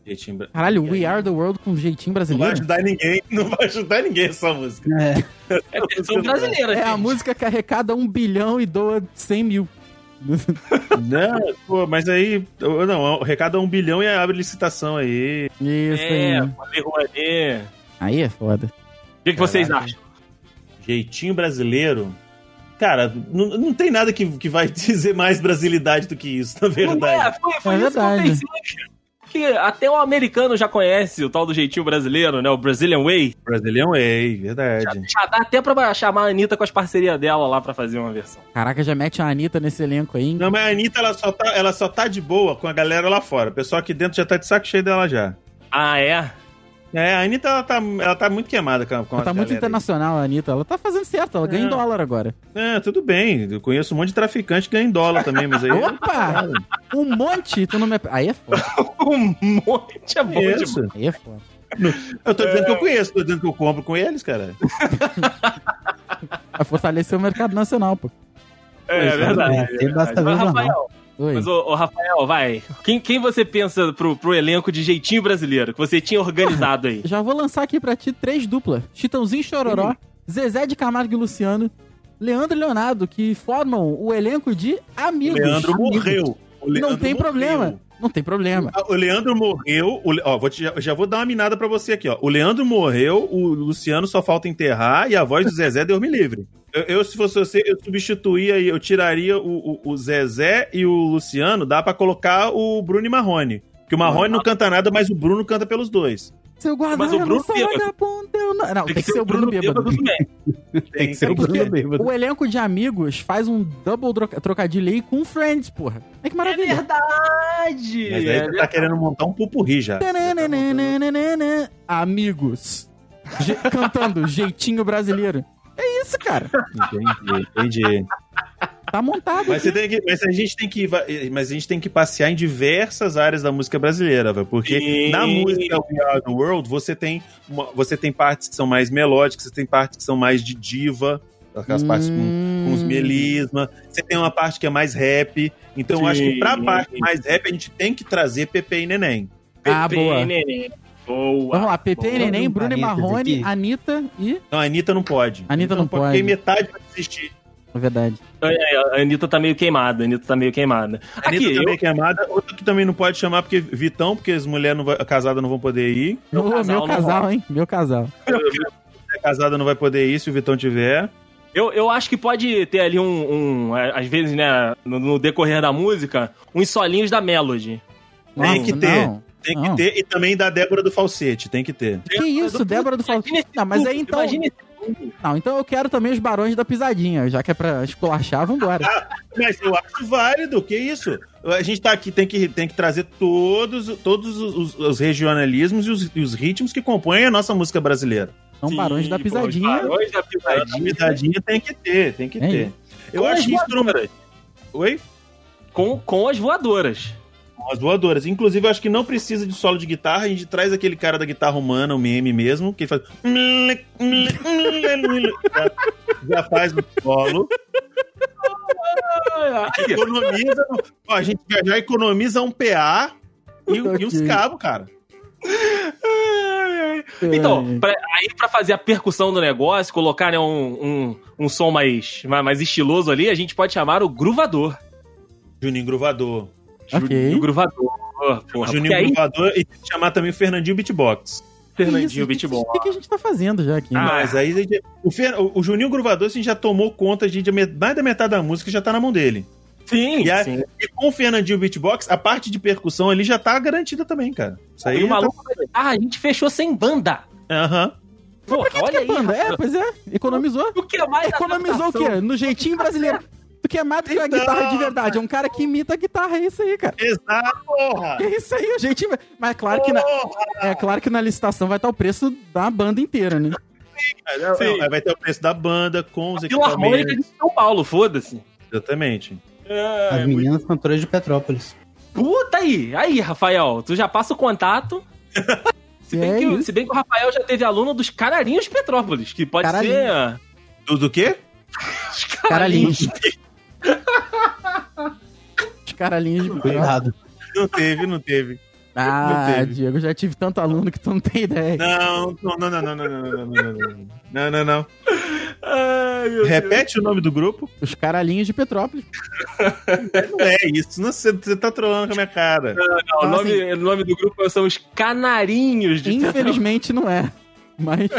S4: Gente,
S2: Caralho, We Are the World com um jeitinho
S4: Não vai
S2: brasileiro.
S4: ajudar ninguém, não vai ajudar ninguém essa música.
S5: É,
S3: É a versão brasileira,
S2: É a
S3: gente.
S2: música que arrecada um bilhão e doa 100 mil.
S4: Não, pô, mas aí, eu- não, o recado é um bilhão e abre licitação aí.
S2: Isso
S3: É,
S2: aí.
S3: uma vergonha.
S2: Aí é foda.
S3: O que, que vocês
S4: Caraca.
S3: acham?
S4: Jeitinho brasileiro. Cara, não, não tem nada que, que vai dizer mais brasilidade do que isso, na
S3: Não é,
S4: verdade.
S3: foi, foi
S2: É
S3: isso
S2: verdade.
S3: que eu pensei. Porque até o americano já conhece o tal do jeitinho brasileiro, né? O Brazilian Way.
S4: Brasilian Way, verdade.
S3: Já dá até pra chamar a Anitta com as parcerias dela lá pra fazer uma versão.
S2: Caraca, já mete a Anitta nesse elenco aí. hein?
S4: Não, mas a Anitta, ela só, tá, ela só tá de boa com a galera lá fora. O pessoal aqui dentro já tá de saco cheio dela já.
S3: Ah, é?
S4: É, a Anitta, ela tá, ela tá muito queimada com, a- com
S2: Ela
S4: a
S2: tá muito
S4: galera aí.
S2: internacional, a Anitta. Ela tá fazendo certo, ela ganha em
S4: É.
S2: dólar agora.
S4: É, tudo bem. Eu conheço um monte de traficante que ganha em dólar também, mas aí...
S2: Ah, Opa! Um monte, tu não me. Aí é foda.
S3: Um monte é bom demais.
S4: Isso.
S2: Aí é foda.
S4: Eu tô dizendo que eu conheço, tô dizendo que eu compro com eles, cara.
S2: Vai fortalecer o mercado nacional, pô.
S3: É, é verdade.
S5: é, tem basta ver
S3: Mas,
S5: o jornal.
S3: Rafael,
S2: Oi.
S3: Mas, ô, ô, Rafael, vai. Quem, quem você pensa pro, pro elenco de jeitinho brasileiro que você tinha organizado aí?
S2: Já vou lançar aqui pra ti três duplas: Chitãozinho e Chororó, Zezé de Camargo e Luciano, Leandro e Leonardo, que formam o elenco de
S4: O
S2: amigos.
S4: Leandro
S2: Amigos.
S4: morreu. O Leandro
S2: Não tem
S4: morreu.
S2: problema. Não tem problema.
S4: Ah, O Leandro morreu. o Le- ó, vou te- já, já vou dar uma minada pra você aqui, ó. O Leandro morreu, o Luciano só falta enterrar e a voz do Zezé Deus me livre. Eu, eu, se fosse você, eu substituía e eu tiraria o, o- o Zezé e o Luciano, dá pra colocar o Bruno e Marrone. Porque o Marrone não canta nada, mas o Bruno canta pelos dois.
S2: Seu guarda
S3: Mas o Bruno bêbado.
S2: vagabundo. eu Não, não, tem, que ser o Bruno, bêbado.
S3: também.
S5: Tem que ser o Bruno bêbado.
S2: O elenco de amigos faz um double troca- trocadilho aí com Friends, porra. É que
S3: É
S2: maravilha.
S3: verdade!
S4: Mas aí
S3: é
S4: você tá querendo montar um pupurri já.
S2: Tananana, Amigos. Je- cantando jeitinho brasileiro. É isso, cara.
S4: Entendi, entendi.
S2: Tá montado.
S4: Mas, você
S2: aqui.
S4: tem que- mas a gente tem que, va- eh, mas a gente tem que passear em diversas áreas da música brasileira, velho. Porque
S3: Sim.
S4: na música We Are the World você tem, uma- você tem partes que são mais melódicas, você tem partes que são mais de diva, aquelas partes com, com os
S2: Hum.
S4: melisma. Você tem uma parte que é mais rap. Então eu acho
S3: Sim.
S4: que pra parte mais rap a gente tem que trazer Pepe e Neném.
S2: Ah, boa.
S3: Neném. Boa.
S2: Vamos lá, Pepe
S5: Vamos
S2: e Neném,
S5: abrir um
S2: Bruno e
S5: parênteses
S2: Marrone,
S5: aqui.
S2: Anitta e...
S4: Não, Então, a Anitta não pode. Então,
S2: A Anitta não pode.
S4: Porque metade vai desistir.
S2: É verdade.
S3: É, A Anitta tá meio queimada, a Anitta tá meio queimada.
S4: A Anitta
S3: Aqui,
S4: também
S3: eu,
S4: é queimada. Outro que também não pode chamar, porque Vitão, porque as mulheres não vai- casadas não vão poder ir.
S2: Meu,
S3: Meu casal
S2: meu
S3: não
S2: casal, hein? Meu casal.
S4: é casada não vai poder ir se o Vitão tiver.
S3: eu, eu acho que pode ter ali um, um, é, às vezes, né, no, no decorrer da música, uns solinhos da Melody.
S4: Tem
S2: Nossa,
S4: que ter.
S2: não.
S4: Tem
S2: Não.
S4: que ter. E também da Débora do Falsete, tem que ter.
S2: Que isso, Débora do Falso.
S3: Imagina esse
S2: Não, mas
S3: grupo,
S2: aí então.
S3: Imagina esse grupo.
S2: Não, então eu quero também os Barões da Pisadinha, já que é pra esculachar, vambora.
S4: Mas eu acho válido, que isso? A gente tá aqui, tem que, tem que trazer todos, todos os, os- os regionalismos e os, e os ritmos que compõem a nossa música brasileira.
S2: Então, Barões da
S3: Sim, pô, os
S2: Pisadinha.
S3: Barões da
S4: A
S3: Pisadinha.
S4: mitadinha tem que ter, tem que
S2: É
S4: ter.
S2: isso.
S4: Eu
S3: Com as
S4: acho que isso não... Oi?
S3: Com, com as voadoras.
S4: As voadoras. Inclusive, eu acho que não precisa de solo de guitarra. A gente traz aquele cara da guitarra humana, o meme mesmo, que ele faz. já, já faz o solo.
S3: Aqui,
S4: Economiza. Ó, a gente já, já economiza um PA e, um- e uns
S2: Ok.
S4: cabos, cara.
S3: Então,
S2: É.
S3: pra- aí pra fazer a percussão do negócio, colocar né, um, um, um som mais, mais, mais estiloso ali, a gente pode chamar o gruvador.
S4: Juninho Gruvador.
S2: Ok.
S3: O gruvador. Porra,
S4: Juninho
S3: porque aí,
S4: Gruvador e tem que chamar também o Fernandinho Beatbox.
S3: Fernandinho,
S2: Que isso,
S3: Bitbom.
S2: O que, que a gente tá fazendo já aqui?
S3: Ah,
S4: Mas aí a gente- o, Fer- o- o Juninho Gruvador assim, já tomou conta de, de met- mais da metade da música já tá na mão dele.
S3: Sim,
S4: E a-
S3: sim.
S4: E com o Fernandinho Beatbox, a parte de percussão ali já tá garantida também, cara. Isso aí
S3: E o
S4: tá-
S3: maluco vai ah, a gente fechou sem banda.
S4: Aham.
S3: Porra,
S2: Por que
S3: olha
S2: tu quer
S3: aí.
S2: banda?
S3: rapaz.
S2: É, pois é. Economizou.
S3: O que é mais
S2: Economizou o quê? No jeitinho brasileiro. Tu quer mais do que a
S4: Então,
S2: guitarra de verdade. É um cara que imita a guitarra, é isso aí, cara.
S4: Exato, porra!
S2: É isso aí, o jeitinho. Mas é claro que na,
S4: Porra!
S2: é claro que na licitação vai estar o preço da banda inteira, né?
S3: Sim.
S4: Aí vai ter o preço da banda com os
S3: Filarmônica
S4: equipamentos.
S3: de São Paulo, foda-se.
S4: Exatamente.
S3: É.
S5: As meninas cantoras de Petrópolis.
S3: Puta aí. Aí, Rafael, tu já passa o contato. Se bem,
S2: É
S3: que,
S2: isso.
S3: se bem que o Rafael já teve aluno dos Canarinhos de Petrópolis, que pode
S2: Canarinhos.
S3: ser... ah,
S4: Do, do quê?
S2: Caralhinhos. Os caralhinhos de
S5: Foi errado.
S4: Não teve, não teve. Não
S2: Ah,
S4: teve.
S2: Diego, eu já tive tanto aluno que tu não tem ideia.
S4: Não, não, não, não, não, não, não, não, não, não. Não, não, não.
S3: Ai, meu
S4: Repete o nome do grupo.
S2: Os caralhinhos de Petrópolis.
S4: Não é isso. Não, você, você tá trolando com a minha cara.
S3: Não, o,
S2: Então,
S3: nome, o nome do grupo são os Canarinhos de
S2: Infelizmente não é. Mas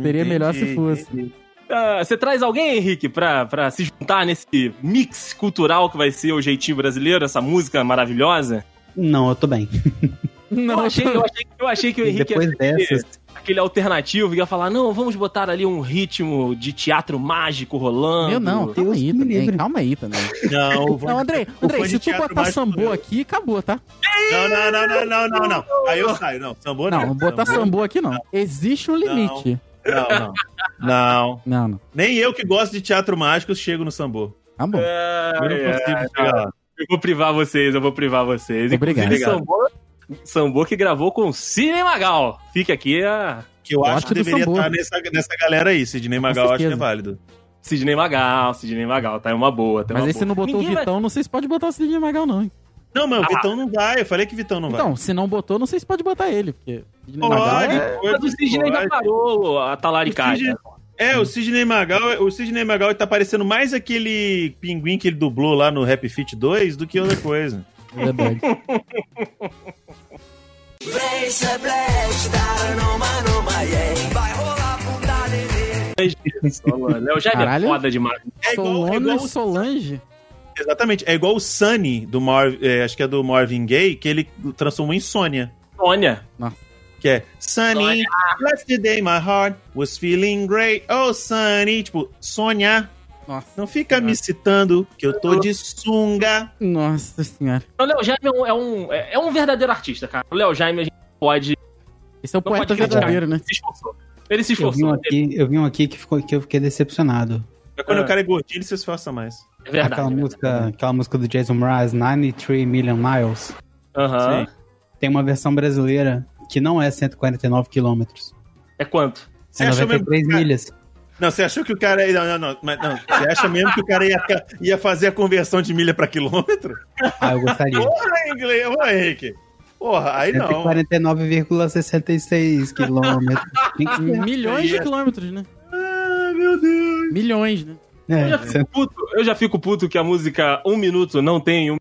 S2: seria melhor se
S4: Entendi,
S2: fosse.
S4: entendi.
S3: Ah, Você traz alguém, Henrique, pra, pra se juntar nesse mix cultural que vai ser o jeitinho brasileiro, essa música maravilhosa?
S5: Não, eu tô bem.
S3: Eu
S2: Não,
S3: achei, eu achei, eu achei que o Henrique
S5: Depois
S3: ia ser aquele-
S5: dessas,
S3: aquele alternativo que ia falar: não, vamos botar ali um ritmo de teatro mágico rolando.
S2: Meu não, calma
S5: Deus
S2: aí
S5: me
S2: também.
S5: livre.
S2: Calma aí também.
S4: Não, o
S2: Não,
S4: Van-
S2: Andrei,
S4: o
S2: Andrei,
S4: fã de
S2: se tu
S4: teatro
S2: botar
S4: mais
S2: sambô
S4: poderoso.
S2: aqui, acabou, tá?
S4: não, não, não, não, não, não, não. Aí eu saio. Não, sambô não.
S2: Não, botar sambô aqui não. Existe um limite.
S4: Não, não. Não.
S2: Não, não.
S4: Nem eu que gosto de teatro mágico chego no sambô.
S2: Tá bom.
S3: Ah,
S4: Eu não
S3: é.
S4: consigo chegar lá.
S3: Eu vou privar vocês, eu vou privar vocês.
S2: Obrigado.
S3: Inclusive, Sambô, Sambô que gravou com Cine Magal. Fica aqui a
S4: Que eu
S2: Gosto
S4: acho que
S2: do
S4: deveria
S2: sambô.
S4: estar nessa, nessa galera aí. Sidney Magal, acho que é
S2: certeza.
S4: válido.
S3: Sidney Magal, Sidney Magal, tá? É uma boa, tá?
S2: Mas
S3: uma
S2: aí você
S3: boa.
S2: não botou
S3: Ninguém
S2: o
S3: vai-
S2: Vitão, não sei se pode botar o Sidney Magal, não. hein?
S4: Não, mas o
S3: Ah.
S4: Vitão não vai. Eu falei que Vitão não vai.
S2: Então, se não botou, não sei se pode botar ele. Porque Sidney
S4: Pode,
S2: Magal é-
S3: Mas o Sidney ainda
S4: pode.
S3: parou a
S4: O Sidney-
S3: talaricagem.
S4: É, o Sidney Magal, o Sidney Magal tá parecendo mais aquele pinguim que ele dublou lá no Rap Fit 2 do que outra coisa.
S2: Verdade.
S6: Vem ser blackstar numa numa yeah. Vai rolar bunda nenê.
S3: Léo Jaime é
S2: Caralho.
S3: foda demais.
S4: É igual, é
S2: Solona
S4: igual
S2: e
S4: o
S2: Solange.
S4: Exatamente. É igual o Sunny, do Marv, é, acho que é do Marvin Gaye, que ele transformou em Sônia.
S3: Sônia.
S4: Que é Sunny, last day my heart was feeling great. Oh, Sunny. Tipo, Sônia.
S2: Nossa.
S4: Não fica me citando que eu tô de sunga.
S2: Nossa senhora.
S3: O Léo Jaime é um, é, um, é um verdadeiro artista, cara. O Léo Jaime a gente pode.
S2: Esse é o
S3: Não
S2: poeta
S3: pode criticar.
S2: verdadeiro, né?
S3: Ele se esforçou. Ele se
S5: Eu vi um
S3: esforçou.
S5: aqui, eu vi um aqui que, ficou, que eu fiquei decepcionado.
S4: Mas quando
S3: Ah.
S4: o cara é gordinho, ele se esforça mais.
S3: É verdade.
S5: aquela, música, aquela música do Jason Mraz, 93 Million Miles.
S3: Aham.
S5: Tem uma versão brasileira que não é 149 quilômetros.
S3: É quanto?
S4: Você
S5: É
S4: achou mesmo?
S5: 93
S4: cara-
S5: milhas.
S4: Não, você achou que o cara ia. Não, não, não. Mas, não. Você acha mesmo que o cara ia, ia fazer a conversão de milha pra quilômetro?
S5: Ah, eu gostaria.
S4: Porra, inglês, ô Henrique. Porra, aí não.
S5: 149,66 quilômetros. Tem que ser.
S2: Milhões de
S4: É.
S2: quilômetros, né?
S4: Ah, meu Deus.
S2: Milhões, né?
S5: É,
S3: Eu já
S5: cento-
S3: fico puto. Eu já fico puto que a música Um Minuto não tem um.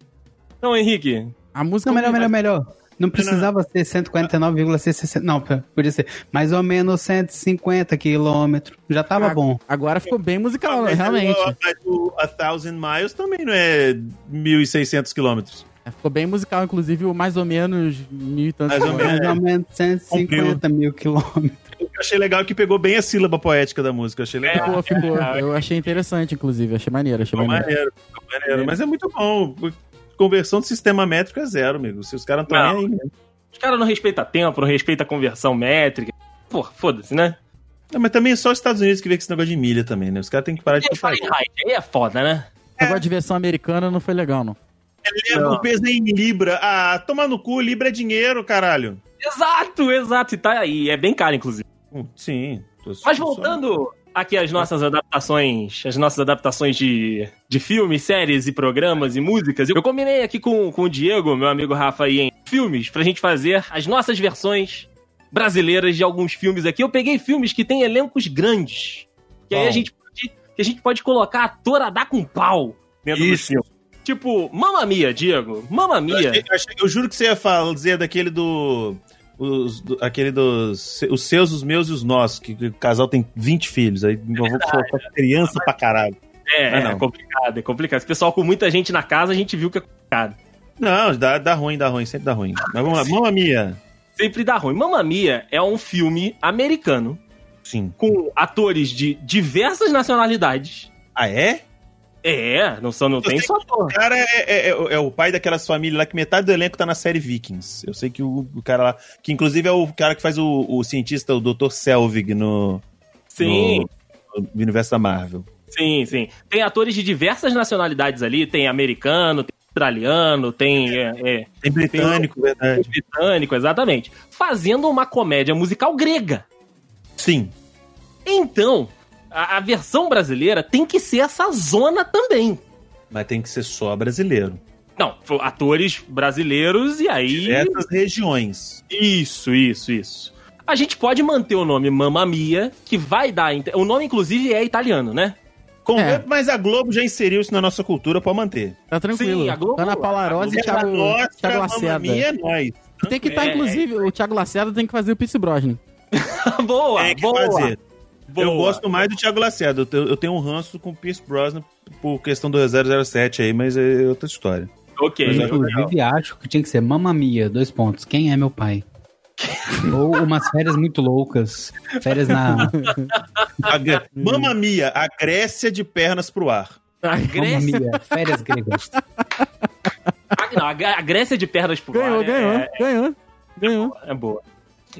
S3: Não, Henrique.
S2: A música
S5: Não, melhor, melhor, melhor. Não
S4: Não,
S5: precisava ser 149,66. Não, p- podia ser mais ou menos 150 quilômetros. Já tava bom.
S2: Agora ficou bem musical, né?
S4: Mas é
S2: realmente.
S4: O, mas o A Thousand Miles também não é 1.600 quilômetros.
S2: É, Ficou bem musical, inclusive, o mais ou menos mil e tantos.
S4: Mais ou
S2: quilômetros.
S5: Mais ou menos 150 mil quilômetros.
S4: O que eu achei legal é que pegou bem a sílaba poética da música. Eu achei
S2: Ficou,
S4: legal.
S2: ficou. Eu achei interessante, inclusive. Achei maneiro, achei
S4: Ficou
S2: maneiro.
S4: maneiro, ficou maneiro. Mas é muito bom. Conversão do sistema métrico é zero, amigo. Se os caras não estão
S3: Não.
S4: nem aí. né?
S3: Os caras não respeitam tempo, não respeitam conversão métrica. Pô, foda-se, né?
S4: Não, mas também é só os Estados Unidos que vê com esse negócio de milha também, né? Os caras têm que parar de
S3: É
S4: fazer.
S3: Fahrenheit, aí é foda, né?
S2: Agora, de versão americana não foi legal, não.
S4: Leva o É um peso em Libra. Ah, toma no cu, Libra é dinheiro, caralho.
S3: Exato, exato. E tá aí. É bem caro, inclusive.
S4: Hum, Sim. tô-
S3: Mas
S4: tô-
S3: voltando aqui às nossas adaptações, as nossas adaptações de, de filmes, séries e programas e músicas, eu combinei aqui com, com o Diego, meu amigo Rafa, aí em filmes, pra gente fazer as nossas versões brasileiras de alguns filmes aqui. Eu peguei filmes que têm elencos grandes. Que aí a
S4: Bom.
S3: gente pode, que a gente pode colocar ator a dar com pau dentro do
S4: Isso.
S3: filme. Tipo, Mamma Mia, Diego. Mamma
S4: Eu,
S3: Mia.
S4: achei- eu achei- eu juro que você ia fazer daquele do. Os, do- aquele dos. Os seus, os meus e os nossos. Que, que o casal tem 20 filhos. Aí eu vou colocar criança pra caralho.
S3: É,
S4: Ah,
S3: é
S4: não.
S3: complicado, é complicado. Esse pessoal com muita gente na casa, a gente viu que é complicado.
S4: Não, dá, dá ruim, dá ruim, sempre dá ruim. Mas vamos lá, Mamma Mia.
S3: Sempre dá ruim. Mamma Mia é um filme americano
S4: Sim.
S3: com atores de diversas nacionalidades.
S4: Ah, é?
S3: É, não, só, não tem só
S4: O
S3: ator.
S4: cara é, é- é o- é o pai daquelas famílias lá que metade do elenco tá na série Vikings. Eu sei que o, o cara lá. Que inclusive é o cara que faz o, o cientista, o Dr. Selvig no,
S3: Sim,
S4: no- no universo da Marvel.
S3: sim, sim. Tem atores de diversas nacionalidades ali. Tem americano, tem australiano, tem é, é,
S4: Tem britânico, verdade.
S3: britânico, exatamente. Fazendo uma comédia musical grega.
S4: Sim.
S3: Então, a- a versão brasileira tem que ser essa zona também.
S4: Mas tem que ser só brasileiro.
S3: Não, atores brasileiros e aí.
S4: diversas regiões.
S3: Isso, isso, isso. A gente pode manter o nome Mamma Mia, que vai dar. inte- O nome, inclusive, é italiano, né?
S4: Com-
S2: É.
S4: Mas a Globo já inseriu isso na nossa cultura pra manter.
S2: Tá tranquilo.
S3: Sim, a Globo-
S2: Ana Palarose e
S4: É a
S2: Thiago, Thiago
S4: nossa
S2: Lacerda.
S4: mamamia é nós.
S2: Tem que estar,
S3: É.
S2: inclusive, o Thiago Lacerda tem que fazer o Pierce Brosnan.
S3: boa,
S4: Tem É, que
S3: boa.
S4: fazer.
S3: boa.
S4: Eu gosto mais do Thiago Lacerda. Eu tenho, eu tenho um ranço com o Pierce Brosnan por questão do 007 aí, mas é outra história.
S3: Ok.
S4: Mas
S5: Eu,
S4: é
S3: ok.
S5: inclusive, acho que tinha que ser Mamma Mia, dois pontos. Quem é meu pai? Ou umas férias muito loucas. Férias na.
S4: A Gre- Mamma Mia, a Grécia de pernas pro ar.
S3: A
S5: Mamma
S3: Grécia,
S5: Mia, férias gregas.
S3: a, não, a Gr- a Grécia de pernas por
S2: Ganhou,
S3: ar,
S2: ganhou,
S3: É,
S2: ganhou. Ganhou.
S3: é boa.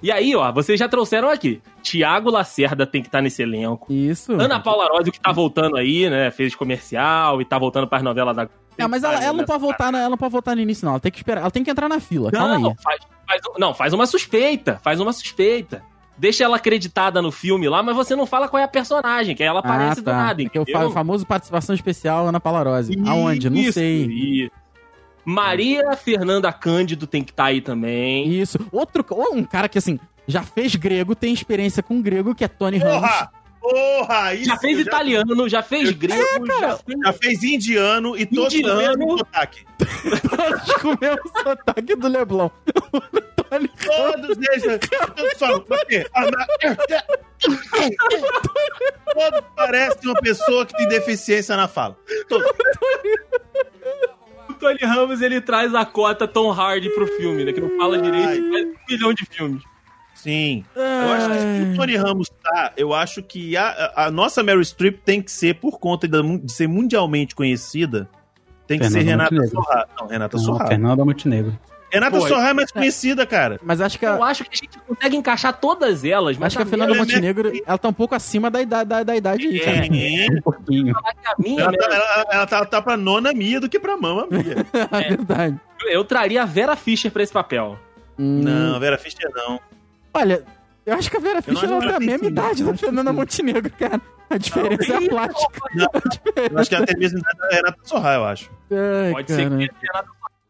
S3: E aí, ó, vocês já trouxeram aqui. Tiago Lacerda tem que estar nesse elenco.
S2: Isso.
S3: Ana Paula Arósio, que tá voltando aí, né? Fez comercial e tá voltando pras novelas da. né?
S2: Não, É, mas ela, ela não tá pode voltar, na- ela não pode voltar no início, não. Ela tem que esperar. Ela tem que entrar na fila. Calma
S3: Não,
S2: aí.
S3: faz, faz um- não, faz uma suspeita. Faz uma suspeita. Deixa ela acreditada no filme lá, mas você não fala qual é a personagem, que aí ela aparece do nada.
S2: tá. Que Ah, eu
S3: entendeu?
S2: falo o famoso participação especial Ana Palarose. Aonde? Não
S3: Isso,
S2: sei.
S3: isso. Maria Fernanda Cândido tem que estar aí também.
S2: Isso. Outro, ou um cara que assim já fez grego, tem experiência com grego, que é Tony Ramos.
S4: Porra! Porra, isso.
S3: Já fez
S4: eu já, É,
S3: italiano, já fez grego, já fez...
S4: já fez indiano e todos no
S3: Indiano.
S4: mesmo sotaque.
S2: Todos com o mesmo sotaque do Leblon. O Tony
S4: Todos eles. Todos falam. "Por quê? Ah, na- Todos parecem uma pessoa que tem deficiência na fala. Todos.
S3: O Tony Ramos, ele traz a cota Tom Hardy pro filme, né? Que não fala direito,
S4: Ai.
S3: faz um milhão de filmes.
S4: Sim. Eu acho que se o Tony Ramos tá, eu acho que a, a nossa Mary Streep tem que ser, por conta da mu- de ser mundialmente conhecida, tem que ser
S5: Fernanda
S4: Renata
S5: Montenegro.
S4: Sorra. Não, Renata
S5: Não,
S4: Sorra.
S5: Fernanda Montenegro.
S4: Renata
S3: Foi.
S4: Sorra é mais conhecida, cara.
S2: Mas acho que a,
S3: Eu acho que a gente consegue encaixar todas elas, mas
S2: acho que a Fernanda
S4: ela é
S2: Montenegro,
S4: minha-
S2: ela tá um pouco acima da idade, da, da idade aí, cara.
S4: É.
S5: Um pouquinho.
S3: a minha,
S4: Ela, tá,
S3: né?
S4: ela, ela tá, tá pra nona mia do que pra mama mia.
S2: É, verdade.
S4: tá-
S3: eu traria a Vera Fischer pra esse papel.
S2: Hum.
S4: não, Vera Fischer não.
S2: Olha, eu acho que a Vera Fischer
S4: acho
S2: ela
S4: que
S2: tem a
S4: ela tem
S2: mesma
S4: sim,
S2: idade
S4: eu
S2: da
S4: acho que
S2: Fernanda
S4: sim.
S2: Montenegro, cara. A diferença é a plástica.
S4: Eu acho que ela tem a mesma idade da Renata Sorra, eu acho.
S2: Ai,
S3: Pode
S2: cara.
S3: ser que Renata...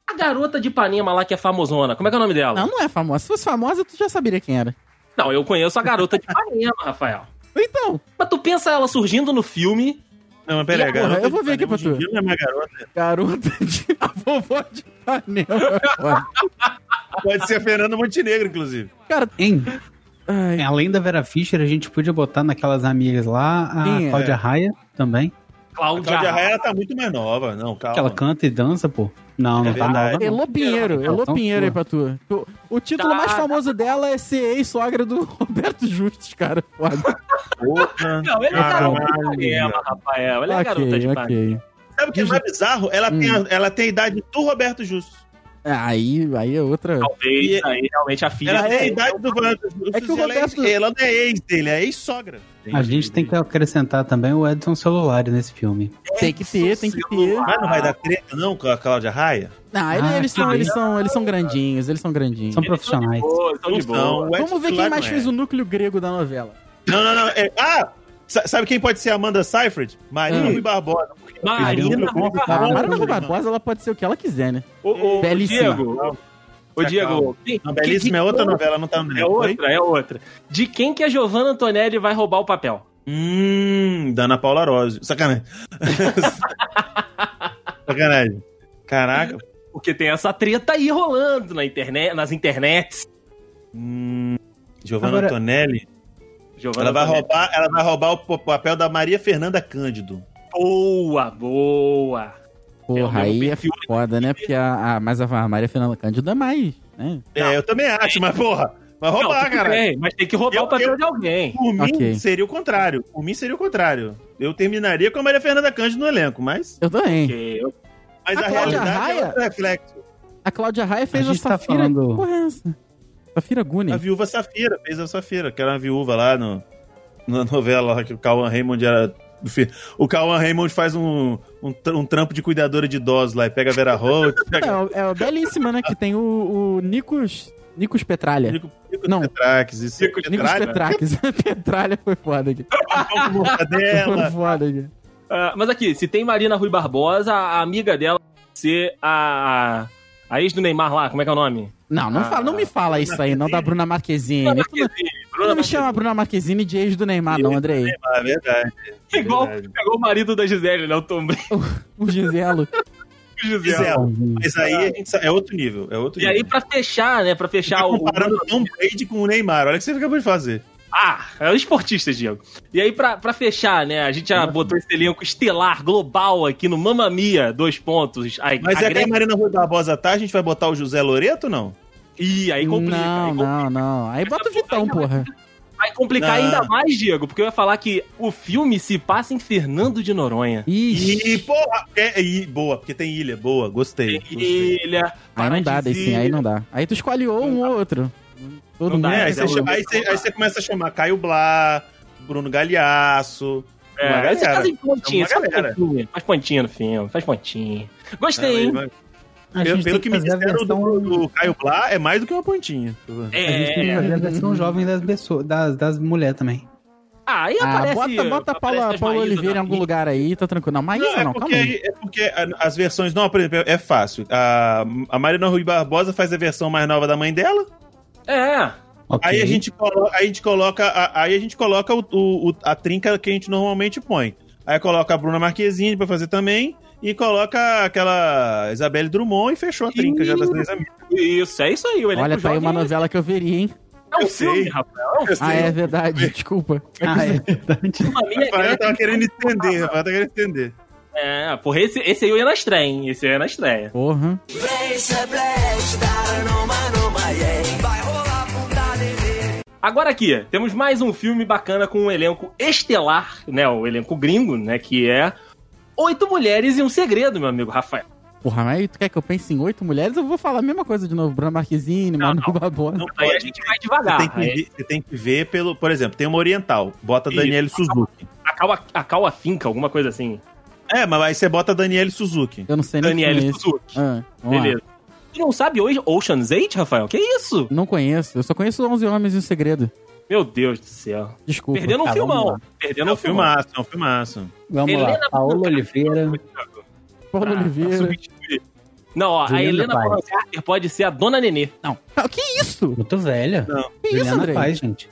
S3: A garota de Ipanema lá que é famosona, como é que é o nome dela?
S2: Não, não é famosa. Se fosse famosa, tu já saberia quem era.
S3: Não, eu conheço a garota de Ipanema, Rafael.
S2: Então,
S3: Mas tu pensa ela surgindo no filme,
S4: Não, mas peraí,
S2: E agora?
S4: garota
S2: Eu vou
S4: de
S2: ver aqui
S4: Ipanema,
S2: pra tu.
S4: hoje em dia Não é mais garota.
S2: garota de... A vovó de Ipanema.
S4: Pode ser a Fernanda Montenegro, inclusive.
S2: Cara,
S5: Hein?
S2: ai,
S5: Além da Vera Fischer, a gente podia botar naquelas amigas lá a
S2: Sim, é.
S5: Cláudia Raia também.
S4: A
S3: Cláudia,
S4: Cláudia Raia, ela tá muito mais nova. Não, calma.
S5: Que ela canta e dança, pô. Não,
S4: Tá É
S5: não tá
S4: verdade.
S5: nova. não.
S2: Elô Pinheiro, Elô
S5: Então,
S2: Pinheiro aí pra tu. Tu- O título
S3: Tá.
S2: mais famoso dela é ser ex-sogra do Roberto Justus, cara. Foda.
S4: Porra.
S3: Não, ela é
S4: Caralho.
S3: garota de Ipanema, Rafael. Ela é garota de
S2: Ok,
S3: Ipanema.
S2: ok.
S4: Sabe o que é mais bizarro? Ela, tem,
S2: Hum.
S4: a, ela tem a idade do Roberto Justo.
S2: Aí, aí é outra...
S3: Talvez
S4: E-
S3: aí realmente a filha.
S4: Ela é tem a
S3: dela.
S4: idade do Roberto Justo.
S2: É que o
S4: ela,
S2: Roberto-
S4: é, ela não é ex dele, é ex-sogra.
S5: A gente tem que acrescentar também o Edson Celular nesse filme.
S2: Tem que ter, tem que ter.
S4: Mas Ah, não vai dar treta, não, com a Cláudia Raia?
S2: Não, ele-
S5: Ah,
S2: eles, são,
S5: que
S2: eles, são, eles são grandinhos, eles são grandinhos.
S5: São
S3: Eles estão de
S5: profissionais.
S3: boa, estão de boa.
S4: o Edson
S2: Vamos ver quem
S4: Celular
S2: mais
S4: não é.
S2: fez o núcleo grego da novela.
S4: Não, não, não. é- Ah! sa- Sabe quem pode ser a Amanda Seyfried? Marina
S2: Ah.
S4: Rui Barbosa.
S2: então,
S3: Marina
S5: Marina Rui
S2: A
S5: Barbosa.
S3: Barbosa.
S2: Ah, Marina Barbosa, ela pode ser o que ela quiser, né?
S3: Ô, ô, ô,
S2: Belíssima.
S3: Diego.
S2: então,
S3: Ô, Diego. quem-
S4: Hum. Não, Belíssima é outra
S3: quem-
S4: novela, não tá no
S3: É
S4: elenco, hein?
S3: outra, é outra. De quem que a Giovanna Antonelli vai roubar o papel?
S4: Hum, da Ana Paula Rose. Sacanagem. Sacanagem. Caraca.
S3: Porque tem essa treta aí rolando na internet, nas internets.
S4: Hum, Giovanna
S5: Agora-
S4: Antonelli. Ela vai
S3: Antonelli.
S4: roubar, ela vai roubar o p- papel da Maria Fernanda Cândido.
S3: Boa, boa.
S2: Porra,
S3: É o mesmo
S2: aí é
S3: perfil, né?
S2: foda, né? Porque a, a, mas a Maria Fernanda Cândido é mais, né?
S4: É, eu também acho, mas porra, vai
S3: Não,
S4: roubar,
S3: tudo
S4: cara.
S3: bem, mas tem que roubar
S4: Eu-
S3: o papel
S4: eu-
S3: de alguém.
S4: Por mim
S2: Ok.
S4: seria o contrário. Por mim seria o contrário. Eu terminaria com a Maria Fernanda Cândido no elenco, mas,
S2: Eu também.
S3: Porque eu-
S4: mas
S2: A
S4: a,
S2: Cláudia
S4: realidade
S2: Raia?
S4: é outro reflexo.
S2: A Cláudia Raia fez
S5: A
S2: a,
S5: gente tá
S2: Safira.
S5: falando-
S2: Que porra é essa? Safira Gune.
S4: A viúva Safira fez a Safira, que era uma viúva lá no, na novela lá que o Cauan Raymond era. fi- O Cauan Raymond faz um, um, tr- um trampo de cuidadora de idosos lá e pega a Vera Holtz, pega
S2: Não, é, o- é o belíssima, né? Que tem o, o Nikos. Nikos
S4: o
S2: Petralha.
S4: Nico, Nico
S2: É. Não.
S4: Petrax, isso
S3: Nico-
S4: Petrax,
S2: Nikos
S4: né?
S2: Petraques. Petralha foi foda aqui.
S4: Pão com
S2: Foi
S4: né? mortadela.
S2: foda aqui.
S3: Ah, mas aqui, se tem Marina Rui Barbosa, a amiga dela vai ser a, a, a ex do Neymar lá, como é que é o nome?
S2: Não, não,
S4: Ah,
S2: fala, não me fala isso aí, não, da Bruna Marquezine.
S3: Bruna
S2: Tu não- tu
S3: Marquezine,
S2: não
S3: Bruna
S2: me chama Bruna Marquezine de ex do Neymar, não, Andrei.
S4: Ah, verdade.
S3: Marquezine. Igual
S4: Verdade.
S3: pegou o marido da Gisele, né? O Tom Brady,
S2: O Giselo.
S3: o Gisele.
S4: Gisela. é, Mas aí a gente sa- é outro nível. É outro
S3: E
S4: nível.
S3: aí, pra fechar, né? Pra fechar
S4: tá
S3: o.
S4: comparando o Tom Brady com o Neymar. Olha o que você acabou de fazer.
S3: Ah, é o esportista, Diego. E aí, pra, pra fechar, né? A gente já botou esse elenco estelar, global aqui no Mamma Mia, dois pontos. Aí,
S4: Mas é que a
S3: agrega...
S4: Marina Rui Barbosa tá, a gente vai botar o José Loreto ou não?
S3: Ih, aí complica. aí
S2: Não,
S3: complica.
S2: não,
S3: tá
S2: não. Aí bota o Vitão,
S3: então,
S2: porra.
S3: Vai
S2: Ah.
S3: complicar
S4: Não.
S3: ainda mais, Diego, porque eu ia falar que o filme se passa em Fernando de Noronha.
S4: E,
S2: Ixi.
S4: porra, é, e, boa, porque tem ilha, boa, gostei. gostei.
S3: Ilha,
S2: Aí não dá, daí sim, aí
S3: Paradisíaca.
S2: não dá. Aí tu escolhe ou um ou outro. Todo mundo.
S3: Não
S2: um.
S3: dá,
S4: É,
S2: Mas
S4: aí, você, chama- aí você- aí você começa a chamar Caio Blá, Bruno Galhaço.
S3: É,
S4: uma
S3: eles
S4: galera.
S3: fazem pontinha,
S4: É uma
S3: faz
S4: galera.
S3: pontinha, faz pontinha no filme, faz pontinha.
S4: Não,
S3: Gostei,
S4: aí
S3: hein?
S4: vai-
S5: A
S4: Pelo,
S5: gente
S4: pelo
S5: tem
S4: que me
S5: fazer a
S4: disseram do,
S5: versão-
S4: do Caio Blá, é mais do que uma pontinha.
S2: Ah,
S5: A gente tem que
S3: É.
S5: fazer a versão jovem das, pessoas, das, das mulheres também.
S3: Ah, aí
S2: Ah,
S3: aparece.
S2: bota, bota a Paula,
S3: aparece
S2: Paula
S3: Maísa
S2: Oliveira em
S3: na
S2: algum
S3: frente.
S2: lugar aí, tá tranquilo. Não, Maísa não,
S4: é,
S2: calma
S4: porque,
S2: aí.
S4: é porque a- as versões novas, por exemplo, é fácil. A, a Marina Rui Barbosa faz a versão mais nova da mãe dela,
S3: É.
S5: Ok.
S4: Aí a gente coloca, aí a gente coloca, a- aí a, gente coloca o, o- o- a trinca que a gente normalmente põe. Aí coloca a Bruna Marquezine pra fazer também. E coloca aquela Isabelle Drummond e fechou a trinca já das três amigas.
S3: Isso, é isso aí. O elenco
S2: Olha, tá aí
S3: jovem
S2: uma novela que eu veria, hein?
S3: É um
S4: Eu
S3: filme,
S4: sei.
S3: Rafael. É um
S2: Ah, é verdade, desculpa.
S5: Ah, é verdade.
S3: filme. A minha-
S4: Rafael tava querendo entender, Rafael tava querendo entender.
S3: É, porra, esse, esse aí eu ia na estreia, hein? Esse aí eu ia na estreia.
S2: Porra.
S6: Blaze, blaze, dar numa, numa, yeah. Vai rolar bunda nenê.
S3: Agora aqui, temos mais um filme bacana com um elenco estelar, né? O elenco gringo, né? Que é Oito Mulheres e um Segredo, meu amigo Rafael.
S2: Porra, mas aí tu quer que eu pense em oito mulheres? Eu vou falar a mesma coisa de novo. Bruna Marquezine,
S3: Não,
S2: Manu
S3: não.
S2: Barbosa.
S4: Não
S3: Aí a
S4: pode.
S3: gente vai
S4: Você
S3: devagar.
S4: tem, que
S3: Aí
S4: ver, você tem que ver pelo. Por exemplo, tem uma oriental, bota
S3: Isso.
S4: Daniele Suzuki.
S3: A Kawa, a Kawa Finca, alguma coisa assim.
S4: É, mas aí você bota Daniele Suzuki.
S2: Eu não sei nem quem é
S3: Daniele
S2: esse.
S3: Suzuki.
S2: Ah, vamos lá.
S3: Beleza. Tu não sabe hoje Ocean's 8, Rafael? Que isso?
S2: Não conheço. Eu só conheço 11 Homens e um Segredo.
S3: Meu Deus do céu.
S2: Desculpa.
S3: Perdendo um
S5: tá, vamos
S3: filmão.
S5: lá.
S3: Perdendo
S4: É
S3: um
S4: um
S3: filmão.
S4: filmaço, é um filmaço.
S5: Vamos lá. Paola Oliveira.
S2: Paulo
S3: Ah,
S2: Oliveira.
S3: substituir. Não, ó, a
S5: Juliana
S3: Helena
S5: Paes.
S3: Bonham Carter pode ser a Dona Nenê.
S2: Ah, que isso?
S5: Muito velha.
S2: Que isso,
S5: Juliana
S2: Andrei?
S5: Paz, gente.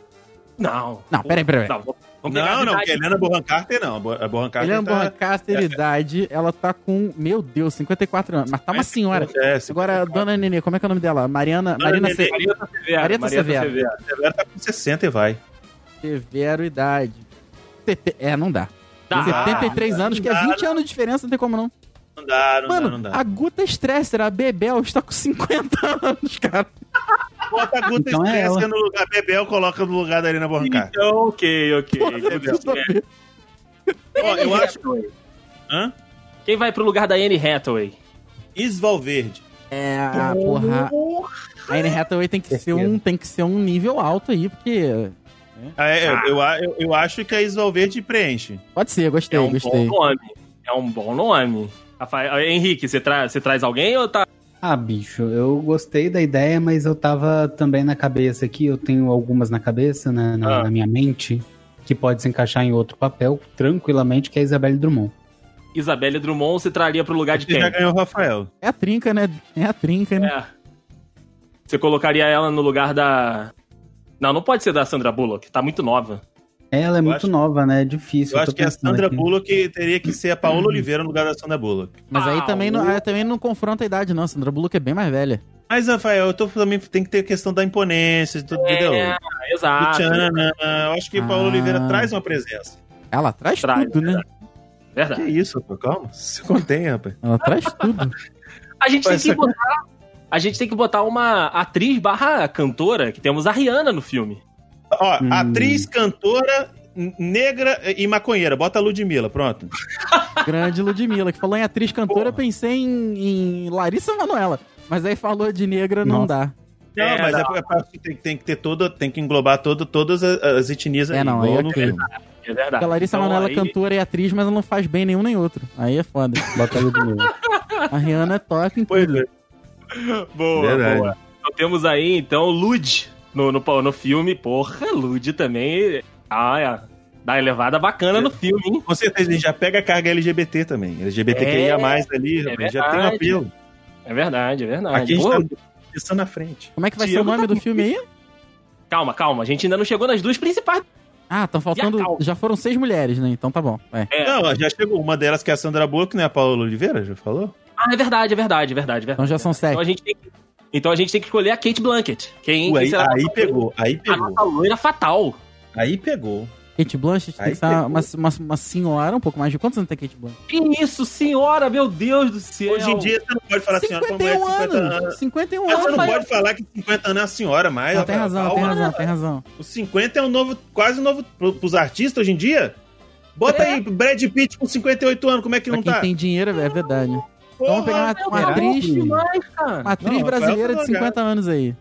S3: Não.
S2: Não, peraí, peraí.
S3: Não, vamos pegar
S4: Não,
S3: a
S4: não,
S3: idade.
S4: porque a Helena Bonham Carter não. A Bonham Carter
S2: Helena
S4: tá-
S2: Bonham Carter, idade, ela tá com, meu Deus, 54 anos. Mas tá uma senhora.
S4: É, se-
S2: Agora, dona Nenê, como é que é o nome dela? Mariana, Marina
S4: Nenê.
S2: Se-
S3: Marieta Severo.
S2: Marieta Severo.
S4: a Severo tá com 60 e vai.
S2: Severo, idade. TT É, não dá.
S3: Tá.
S2: 73 anos, que é
S4: dá,
S2: 20 anos de diferença, não tem como não.
S4: Não dá, não
S2: Mano,
S4: dá, não dá.
S2: a Guta Stresser, a Bebel, está com 50 anos, cara.
S4: Bota a Guta
S5: Então é
S4: Stresser
S5: ela.
S4: no lugar, Bebel coloca no lugar da Helena Bonham Carter.
S3: Então, ok, ok.
S4: Ó, eu acho.
S3: Hathaway.
S4: Hã?
S3: Quem vai pro lugar da Anne Hathaway?
S4: Isval Verde.
S2: É, ah, porra. A Anne Hathaway tem que, ser um, tem que ser um nível alto aí, porque...
S4: Ah, é, eu, eu, eu acho que a Isval Verde preenche.
S2: Pode ser, gostei,
S3: é um
S2: gostei.
S3: bom nome. É um bom nome. Rafael, eh, Henrique, você, tra você traz alguém ou tá?
S5: Ah, bicho, eu gostei da ideia, mas eu tava também na cabeça aqui, eu tenho algumas na cabeça, né, na,
S3: Ah.
S5: na minha mente, que pode se encaixar em outro papel tranquilamente, que é a Isabelle Drummond.
S3: Isabelle Drummond você traria pro lugar É de
S4: Você
S3: quem?
S4: já ganhou o Rafael.
S2: É a trinca, né? É a trinca, né?
S3: É. Você colocaria ela no lugar da. Não, não pode ser da Sandra Bullock, tá muito nova.
S5: Ela é muito
S4: acho-
S5: nova, né? É difícil.
S4: Eu
S5: tô
S4: acho que a
S5: pensando
S4: Sandra
S5: aqui.
S4: Bullock teria que ser a Paola Oliveira no lugar da Sandra Bullock.
S2: Mas aí
S3: Ah,
S2: também, não,
S3: o-
S2: aí também não confronta a idade, não. Sandra Bullock é bem mais velha.
S4: Mas, Rafael, eu tô também tem que ter questão da imponência, tudo, entendeu?
S3: É,
S4: ah,
S3: exato.
S4: Luciana, eu acho que a Paola
S2: Ah.
S4: Oliveira traz uma presença.
S2: Ela traz
S3: Traz,
S2: tudo, né?
S4: Que
S3: Verdade.
S4: isso, pô, calma. Se contém, rapaz.
S2: Ela traz tudo.
S3: A gente tem
S4: Mas
S3: que
S4: essa-
S3: botar. A gente tem que botar uma atriz barra cantora, que temos a Rihanna no filme.
S4: Ó,
S5: Hum.
S4: atriz, cantora, n- negra e maconheira. Bota a Ludmilla, pronto.
S2: Grande Ludmilla, que falou em atriz cantora, eu pensei em, em Larissa Manoela. Mas aí falou de negra, não dá.
S4: Não,
S3: É,
S4: mas
S3: não.
S4: é pra- é pra- tem, tem que ter toda, tem que englobar todo, todas as, as etnias aí.
S2: É, não, aí
S4: igual
S2: é
S4: no-
S2: ok.
S3: É verdade.
S2: Porque a Larissa
S3: Então,
S2: Manoela é
S3: aí-
S2: cantora e atriz, mas ela não faz bem nenhum nem outro. Aí é foda.
S5: Bota a Ludmilla.
S2: A Rihanna é top em
S4: Pois
S2: tudo.
S3: Boa,
S4: Verdade.
S3: boa. Então temos aí, então, Lud no, no, no filme. Porra, Lud também. Ah, é. Dá uma elevada bacana no filme, hein?
S4: Com certeza, a gente já pega a carga LGBT também. LGBTQIA+, ali,
S3: é
S4: rapaz, já tem um
S3: verdade.
S4: apelo.
S3: É verdade, é verdade.
S4: Aqui a gente
S3: Pô,
S4: tá pensando na frente.
S2: Como é que vai
S3: Diego
S2: ser o nome
S3: tá
S2: do filme aí?
S3: Calma, calma. A gente ainda não chegou nas duas principais.
S2: Ah, estão faltando.
S3: E a calça?
S2: Já foram seis mulheres, né? Então tá bom. vai.
S3: É.
S4: Não, já chegou uma delas que é a Sandra Bullock, né? A Paola Oliveira, já falou?
S3: Ah, é verdade, é verdade, é verdade. é verdade.
S2: Então já são
S3: Então
S2: sete.
S3: a gente tem que, então a gente tem que escolher a Kate Blanket. Quem,
S4: Ué,
S3: quem
S4: aí,
S3: será
S4: aí pegou, aí
S3: a
S4: pegou,
S3: nossa loira fatal.
S4: aí pegou.
S2: Kate Blanchett tem
S4: Aí
S2: que ser uma,
S4: pegou.
S2: uma, uma- uma senhora, um pouco mais de. Quantos anos tem Kate Blanchett?
S3: Que isso, senhora, meu Deus do céu.
S4: Hoje em dia você não pode falar assim, senhora pra mulher de 50 um anos.
S2: 51
S4: Mas
S2: anos!
S4: você não
S2: Rafael.
S4: pode falar que 50 anos é a senhora mais.
S2: Não, tem
S4: Rafael.
S2: razão, tem
S4: Calma.
S2: razão, tem razão.
S4: O 50 é um novo, quase um novo pro- pros artistas hoje em dia. Bota aí Brad Pitt com 58 anos, como é que
S2: Pra
S4: não
S2: quem
S4: tá?
S2: tem dinheiro, é verdade.
S4: Porra,
S2: vamos pegar uma-
S4: é
S2: uma
S3: Meu Deus,
S2: atriz.
S3: demais, cara.
S2: Uma atriz
S4: Rafael
S2: brasileira
S4: tá
S2: de 50 anos aí.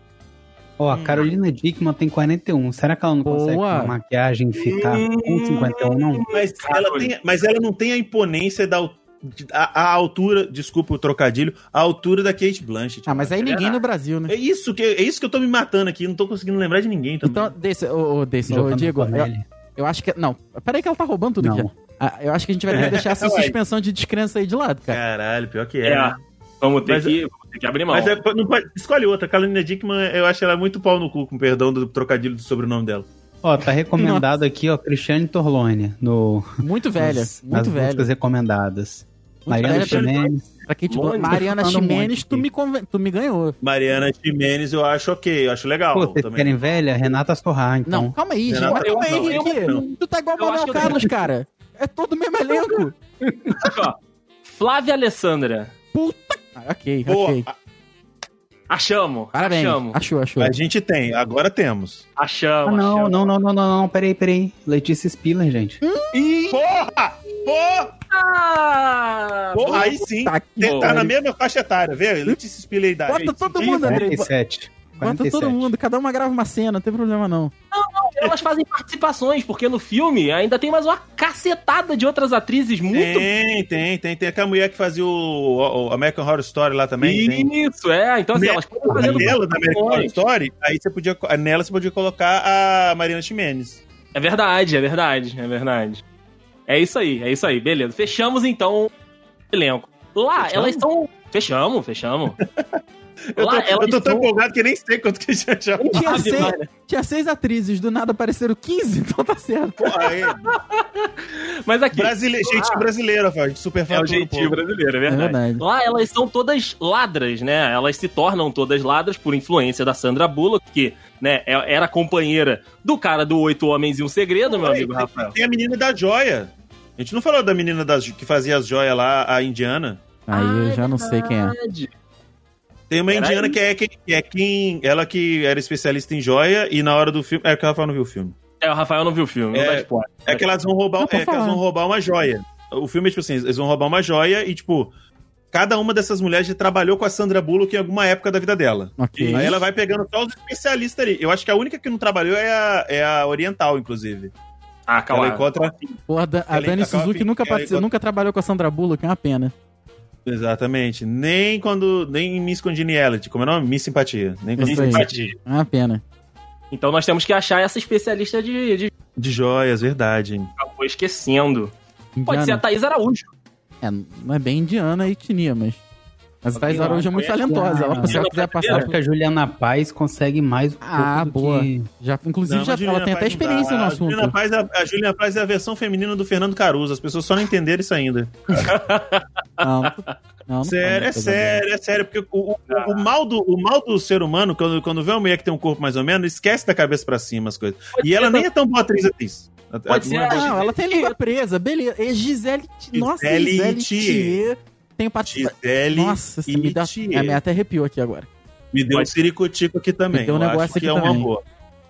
S5: Ó, a
S4: Hum.
S5: Carolina Dickman tem 41. Será que ela não consegue com
S2: Boa.
S5: a maquiagem ficar com
S4: Hum.
S5: 51, não?
S4: mas, ela tem, mas ela não tem a imponência da al- a, a altura, desculpa o trocadilho, a altura da Kate Blanchett.
S2: Ah, mas aí
S4: É
S2: ninguém no Brasil, né?
S4: isso que é isso que eu tô me matando aqui, não tô conseguindo lembrar de ninguém também.
S2: Então, desse, ô, ô, desse, ô,
S5: Giovanna
S2: Diego, eu,
S5: Antonelli?
S2: eu acho que. Não, peraí que ela tá roubando tudo aqui.
S5: Não.
S2: já. Ah, eu acho que a gente vai ter que deixar essa
S4: Ué.
S2: suspensão de descrença aí de lado, cara.
S4: Caralho, pior que é.
S3: É,
S4: né?
S3: Vamos ter,
S4: Mas-
S3: que, vamos ter que abrir mão.
S4: Mas é- não pode- escolhe outra. Carolina Dickman, eu acho ela muito pau no cu, com perdão do trocadilho do sobrenome dela.
S5: Ó, tá recomendado aqui, ó, Cristiane Torlone, no,
S2: Muito velha,
S5: nas, nas
S2: muito velha.
S5: músicas recomendadas.
S2: Muito
S5: Mariana
S2: velha pra-
S5: Chimenez.
S2: Pra quem te
S3: Mônica,
S2: Mariana
S5: falando
S2: Ximenes,
S5: muito
S2: tu
S5: aqui.
S2: me, conven- tu me ganhou.
S4: Mariana Jimenez, eu acho ok, eu acho legal
S5: Pô, vocês
S4: também.
S5: querem velha? Renata Sorrar, então.
S2: Não, calma aí, gente.
S4: Renato,
S2: Calma aí,
S3: eu- não,
S2: Henrique.
S4: eu-
S2: Tu tá igual o
S3: Eu acho
S2: Manuel
S3: que eu-
S2: Carlos, cara. É todo o mesmo elenco.
S3: Ó, Flávia Alessandra.
S2: Puta. Ah, ok,
S4: Boa,
S2: ok.
S4: a-
S3: Achamos.
S2: Parabéns.
S3: Achamos.
S2: Achou, achou.
S4: a gente tem, agora temos.
S5: Ah,
S3: Achamos.
S5: não,
S3: achamos.
S5: não, não, não, não, não, peraí, peraí. Letícia Spiller, gente.
S4: Porra! Porra!
S3: Ah,
S4: Porra, aí sim.
S2: Tá aqui.
S4: Tem- Tá
S3: Boa.
S4: na mesma faixa etária, vê? Letícia Spiller e idade.
S2: Bota todo mundo, André.
S5: 47.
S2: Bota
S5: 47.
S2: todo mundo, cada uma grava uma cena, não tem problema não.
S3: elas fazem participações, porque no filme ainda tem mais uma cacetada de outras atrizes muito
S4: Tem, tem, tem. Tem aquela mulher que fazia o, o- o American Horror Story lá também. tem.
S3: Isso, é. Então, assim,
S4: Né?
S3: elas podem
S4: A
S3: fazendo
S4: dela, da American Horror
S3: participações.
S4: Story, aí você podia, co- nela você podia colocar a Mariana Ximenes.
S3: É verdade, é verdade, é verdade. É isso aí, é isso aí. Beleza. Fechamos, então, o elenco. Lá,
S4: Fechamos?
S3: elas são... Fechamos, fechamos.
S4: Eu tô,
S3: Lá,
S4: eu tô tão
S3: são-
S4: empolgado que nem sei quanto que já já.
S2: Tinha
S3: Ave
S2: seis,
S3: Maria.
S2: tinha seis atrizes, do nada apareceram 15, então tá certo.
S4: Porra, é, Ah.
S3: Mas aqui...
S4: brasile... gente brasileira, fã, super um fã
S3: É o
S4: do
S3: jeitinho
S4: povo.
S3: brasileiro, é verdade.
S2: É verdade.
S3: Lá elas são todas ladras, né? Elas se tornam todas ladras por influência da Sandra Bullock, que né, é- era companheira do cara do Oito Homens e um Segredo, meu
S4: Oi,
S3: amigo Rafael.
S4: Tem a menina da joia. A gente não falou da menina das- que fazia as joias lá, a indiana.
S2: Aí eu já não sei quem é.
S3: Verdade.
S4: Tem uma
S3: Peraí.
S4: indiana que é, quem, que é quem. Ela que era especialista em joia e na hora do filme. É que o Rafael não viu o filme.
S3: É, o Rafael não viu o filme, não
S4: É,
S3: dá spoiler.
S4: É que elas vão roubar,
S2: Não, pode
S4: é que elas
S2: falar.
S4: vão roubar uma joia. O filme é tipo assim, eles vão roubar uma joia e, tipo, cada uma dessas mulheres já trabalhou com a Sandra Bullock em alguma época da vida dela.
S2: Ok.
S4: Aí ela vai pegando só os especialistas ali. Eu acho que a única que não trabalhou é a, é a Oriental, inclusive.
S3: Ah,
S4: Ela
S3: calma.
S4: encontra.
S2: Pô, a, Dan- a
S4: Ela
S2: Dani
S4: entra-
S2: Suzuki nunca,
S4: ela
S2: participou,
S4: encontra-
S2: nunca trabalhou com a Sandra Bullock, é uma pena.
S4: Exatamente. Nem quando. Nem em Miss Congeniality. Como é o nome? Miss Simpatia. Nem quando
S2: Isso aí.
S4: Simpatia.
S2: É uma pena.
S3: Então nós temos que achar essa especialista de, de...
S4: De joias, verdade.
S3: Acabou esquecendo. Pode
S2: Indiana.
S3: ser a Thaís Araújo.
S2: É, não é bem indiana a etnia, mas. Mas a Thais Araújo é muito talentosa. Ela, se ela quiser
S5: Eu
S2: passar.
S5: acho que a Juliana Paz consegue mais um
S2: Ah,
S5: pouco do
S2: boa.
S5: que-
S2: Já, inclusive,
S4: Não,
S2: já,
S4: mas
S2: ela
S4: Juliana
S2: tem até
S4: Paz não dá.
S2: experiência no
S4: A
S2: assunto.
S4: Juliana Paz é- a Juliana Paz é a versão feminina do Fernando Caruso. As pessoas só não entenderam isso ainda.
S2: Não, não, não
S4: Sério,
S2: fala
S4: é
S2: coisa
S4: sério, é sério, porque o, o- o mal do, o mal do ser humano, quando, quando vê uma mulher que tem um corpo mais ou menos, esquece da cabeça pra cima as coisas.
S3: Pode
S4: E ela
S3: ser
S4: nem é tão boa atriz atriz. A-
S3: Pode
S4: a-
S3: ser
S4: uma-
S2: boa. Não, ela tem língua presa, beleza. É Gisele. Thier. Nossa,
S4: Gisele
S2: Gisele
S4: Thier.
S2: Thier. Tem participação.
S4: Gisele
S2: Nossa,
S4: e
S2: isso me dá.
S4: Thier.
S2: É, me até arrepiou aqui agora.
S4: me deu um
S3: Pode-
S4: ciricutico aqui também.
S2: Me deu um
S4: eu
S2: negócio
S4: acho que
S2: aqui
S4: é uma
S2: também.
S4: boa.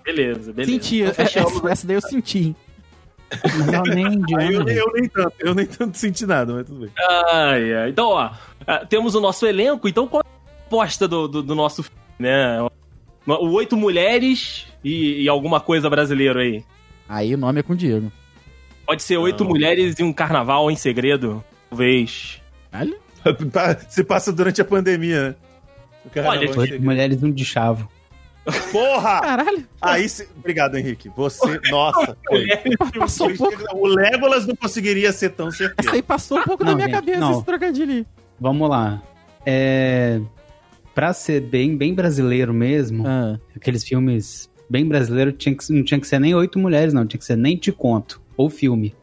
S3: Beleza, beleza.
S2: Senti, é,
S3: Então, fechamos.
S2: essa, essa daí eu senti. hein?
S5: Mas ela nem é
S4: Aí eu,
S5: indiana, gente.
S4: eu nem tanto, eu nem tanto senti nada, mas tudo bem.
S3: Ai, ai. Então, ó, ah, temos o nosso elenco, então qual é a proposta do, do, do nosso filme, né? O- O Oito Mulheres e, e alguma coisa brasileiro aí.
S2: Aí o nome é com o Diego.
S3: Pode ser Oito
S4: Não.
S3: Mulheres e um Carnaval em Segredo, talvez.
S2: Caralho.
S4: Se passa durante a pandemia, né? O cara
S3: Olha,
S4: não
S5: Oito
S4: vai chegar.
S5: mulheres um de chavo.
S4: Porra!
S2: Caralho.
S4: Aí se... Obrigado, Henrique. Você, nossa. foi.
S2: Passou um pouco.
S4: O Legolas não conseguiria ser tão certeiro.
S2: Essa aí passou um pouco da
S5: Não,
S2: minha
S5: gente,
S2: cabeça,
S5: não.
S2: esse trocadilho aí.
S5: Vamos lá. É... Pra ser bem, bem brasileiro mesmo,
S2: Ah,
S5: aqueles filmes bem brasileiros, tinha que- não tinha que ser nem Oito Mulheres, não. Tinha que ser Nem Te Conto, ou filme.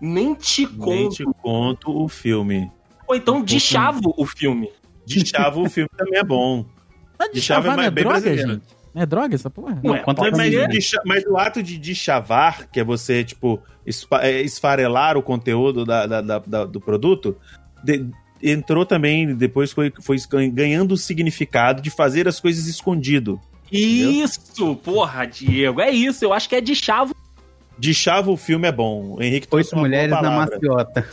S3: Nem te
S4: Nem
S3: conto.
S4: te conto o filme.
S3: Ou então de chavo o filme.
S4: De chavo o filme também é bom.
S2: Mas de
S4: De chave
S2: chavar
S4: é
S2: não é
S4: mais bem
S2: droga,
S4: brasileiro.
S2: gente? Não é droga essa porra?
S3: Ué,
S5: Não, quanto
S3: pode
S5: a
S4: Mas,
S5: ser.
S4: de cha- mas o ato de, de chavar, que é você, tipo, esfa- é, esfarelar o conteúdo da- da- da- da- do produto, de- entrou também, depois foi, foi esgan- ganhando o significado de fazer as coisas escondido.
S3: Isso, porra, Diego. É isso, eu acho que é de chavo.
S4: De chava o filme é bom. O Henrique trouxe
S5: Oito
S4: uma boa
S5: Mulheres na
S4: palavra.
S5: Maciota.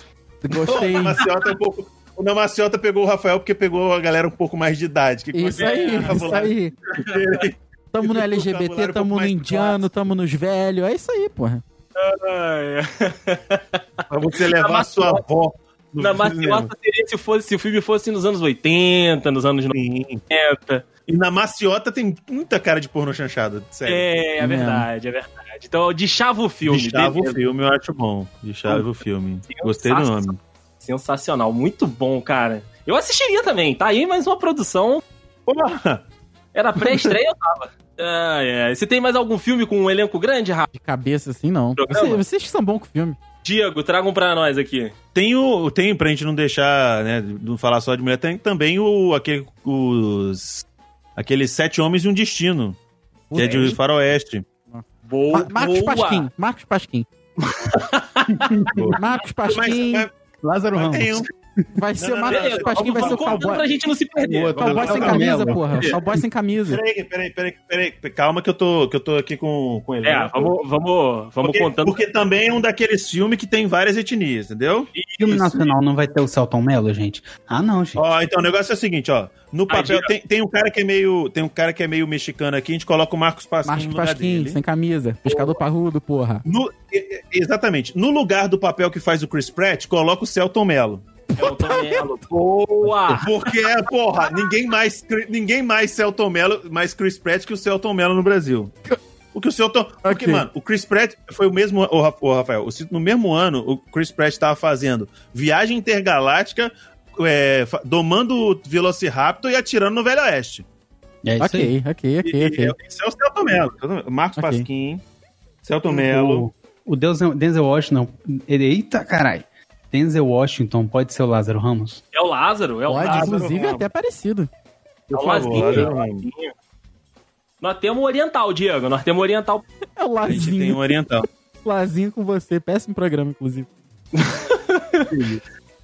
S2: Gostei.
S4: O Maciota é um pouco- O Na Maciota pegou o Rafael porque pegou a galera um pouco mais de idade. é Que
S2: Isso aí, isso aí. Tamo no LGBT,
S4: Vocabulário
S2: tamo
S4: um pouco
S2: no
S4: mais
S2: indiano, tamo nos velhos. É isso aí, porra.
S4: Pra você levar a sua avó no
S3: Na
S4: cinema.
S3: maciota seria se, fosse, se o filme fosse nos anos 80, nos anos
S4: Sim.
S3: 90.
S4: E na maciota tem muita cara de porno chanchada, sério.
S3: É, é
S2: Mesmo.
S3: verdade, é verdade. Então, de chava o filme.
S4: de chave o
S3: beleza.
S4: filme um eu acho bom. De chave o filme. Gostei do nome.
S3: Sensacional, muito bom, cara. Eu assistiria também, tá aí mais uma produção.
S4: Porra!
S3: Era pré-estreia, eu tava. Ah, é. Você tem mais algum filme com um elenco grande, Rafa?
S2: De cabeça assim, não.
S3: Programa?
S2: Vocês, vocês que são bons com filme.
S3: Diego, tragam pra nós aqui.
S4: Tem o. Tem, pra gente não deixar, né? Não falar só de mulher, tem também o. Aquele, os. Aqueles Sete Homens e um Destino. Que é de Faroeste.
S3: Boa.
S2: Ma- Marcos
S3: boa.
S2: Pasquim. Marcos Pasquim. Marcos Pasquim.
S4: é,
S5: Lázaro Ramos.
S4: tem um-
S2: Vai ser o
S4: não,
S2: Marcos
S4: não, não.
S2: Pasquim, vai ser o
S3: É, Vamos um contando pra
S2: cowboy. tá
S3: gente não se perder.
S5: Boa,
S3: Vamos-
S2: Cowboy sem
S5: Não, não,
S2: camisa,
S5: não.
S2: porra. Cowboy sem camisa.
S4: Peraí, peraí, peraí, peraí, peraí. Calma que eu tô, que eu tô aqui com, com ele. né?
S3: É, vamos, vamos, vamos
S4: porque,
S3: contando.
S4: Porque também é um daqueles filmes que tem várias etnias, entendeu?
S5: Filme nacional não vai ter o Celton Mello, gente? Ah, não, gente.
S4: Ó, então o negócio é o seguinte, ó. No papel
S3: diga.
S4: tem, tem um cara que é meio, tem um cara que é meio mexicano aqui, a gente coloca o Marcos Pasquim no
S2: Marcos
S4: lugar
S2: Pasquim,
S4: dele.
S2: sem camisa. Pescador parrudo, porra.
S4: No- e- e- exatamente. No lugar do papel que faz o Chris Pratt, coloca o Celton Mello.
S3: É o Tom Mello. Boa!
S4: Porque, porra, ninguém mais, Cri- ninguém mais Celton Mello, mais Chris Pratt que o Celton Mello no Brasil. O que o Celton... Porque,
S2: Ok.
S4: mano, o Chris Pratt foi o mesmo... Ô, Ra- ô, Rafael, o Cito- no mesmo ano, o Chris Pratt tava fazendo Viagem Intergaláctica, é, fa- domando o Velociraptor e atirando no Velho Oeste.
S5: É isso aí.
S2: Ok, ok, ok, ok.
S4: E- e- Esse é o Celton Mello. Marcos
S2: Ok.
S4: Pasquim, Celton Mello.
S5: O, o Denzel, Denzel Washington. Ele, eita, caralho. Denzel Washington pode ser o Lázaro Ramos?
S3: É o Lázaro, é o
S2: Pode,
S3: Lázaro.
S2: inclusive, é até parecido.
S3: É o
S4: Por
S3: Lazinho,
S4: favor,
S3: é o Lazinho. Nós temos o Oriental, Diego. Nós temos o Oriental.
S2: É o
S4: A gente tem
S2: Lazinho.
S4: um oriental.
S2: Lazinho com você. Péssimo programa, inclusive.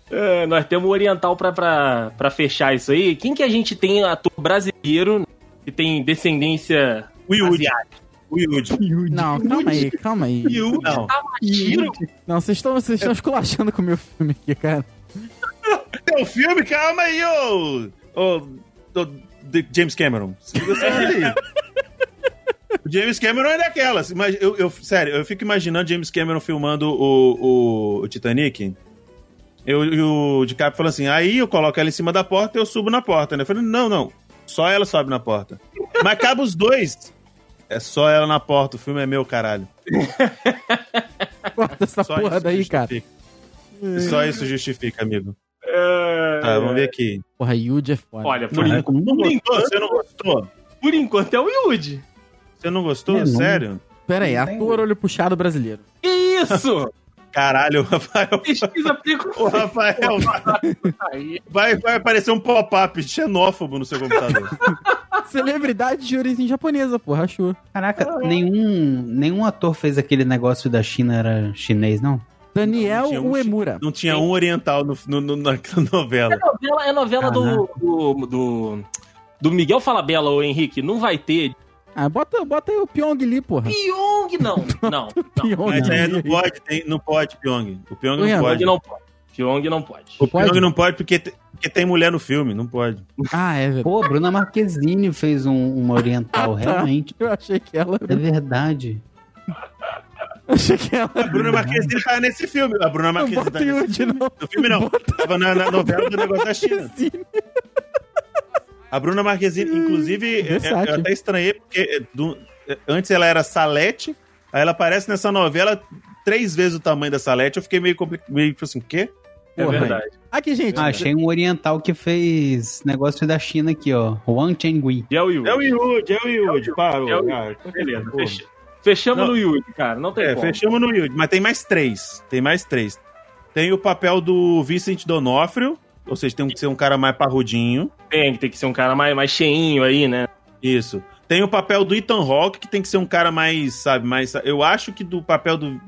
S3: É, nós temos o Oriental pra, pra, pra fechar isso aí. Quem que a gente tem ator brasileiro que tem descendência.
S4: Will Wood. Will Wood.
S2: Não, calma aí, calma aí.
S4: Não.
S3: Giro?
S2: Não, vocês estão, vocês estão esculachando com o meu filme aqui, cara.
S4: Tem um filme? Calma aí, ô! Ô, ô, de- James Cameron. Segura essa onda aí. O James Cameron é daquelas. Mas eu, eu- sério, eu fico imaginando James Cameron filmando o, o- o Titanic. Eu, e o DiCaprio falou assim: aí eu coloco ela em cima da porta e eu subo na porta, né? Eu falei: não, não. Só ela sobe na porta. Mas acaba os dois. É só ela na porta, o filme é meu, caralho.
S2: Corta essa
S4: Só
S2: porra
S4: isso
S2: daí, cara.
S4: justifica. Só isso justifica, amigo.
S3: É...
S4: Tá, vamos ver aqui.
S2: Porra, Yuji é foda.
S3: Olha, por,
S5: Não,
S3: en-
S5: é como
S4: Não
S5: não
S4: gostou? Você não gostou?
S3: por enquanto é o Yud.
S4: Você não gostou?
S5: É, não.
S4: Sério?
S2: Pera aí,
S5: não tem-
S2: ator olho puxado brasileiro.
S3: Que isso?
S4: Caralho, o Rafael.
S3: Pesquisa
S4: O
S3: preconceito.
S4: Rafael
S3: aí.
S4: vai, vai aparecer um pop-up xenófobo no seu computador.
S2: Celebridade de origem japonesa, porra, achou.
S5: Caraca, nenhum, nenhum ator fez aquele negócio da China era chinês, não?
S2: Daniel
S4: Tinha um-
S2: Uemura.
S4: Não tinha um oriental no, no- no- na novela.
S3: É novela, é novela do, do, do, do Miguel Falabella, ô Henrique. Não vai ter.
S2: Ah, bota, bota aí o Pyong Lee, porra.
S3: Pyong, não. Não, não.
S2: Pyong
S4: Mas
S2: Lee.
S4: é, não pode, tem- não pode, Pyong. O Pyong
S2: Ué,
S4: não
S3: Pyong
S4: pode.
S3: não pode. Pyong não pode.
S4: O Pyong
S2: Pode?
S4: não pode porque, te- porque tem mulher no filme, não pode.
S2: Ah, é verdade.
S5: Pô, a Bruna Marquezine fez um, um oriental,
S2: Ah, tá.
S5: realmente.
S2: Eu achei que ela.
S5: É verdade.
S2: Achei que ela.
S4: A Bruna Marquezine tá nesse filme. A Bruna
S2: Não
S4: Marquezine tá
S2: bota
S4: nesse
S2: Yuji, não.
S4: No filme não, tava na, na novela do negócio da China. A Bruna Marquezine, inclusive, é, eu, eu- eu até estranhei, porque é, do- é, antes ela era Salete, aí ela aparece nessa novela três vezes o tamanho da Salete, eu fiquei meio complicado, meio tipo assim, o quê?
S3: É
S2: Porra.
S3: verdade.
S2: Aqui, gente.
S5: Ah, achei um oriental que fez negócio da China aqui, ó. Wang Chengui.
S3: E é o Yud.
S4: É o Yud, é o Yud, parou.
S3: É o
S4: cara.
S3: Beleza,
S4: Porra.
S3: fecha- fechamos então.
S4: Não.
S3: no Yud, cara. Não tem
S4: É,
S3: como.
S4: fechamos no Yud, mas tem mais três, tem mais três. Tem o papel do Vicente Donofrio, ou seja, tem que ser um cara mais parrudinho.
S3: Tem, tem que ser um cara mais, mais cheinho aí, né?
S4: Isso. Tem o papel do Ethan Hawke, que tem que ser um cara mais, sabe, mais... Eu acho que do papel do...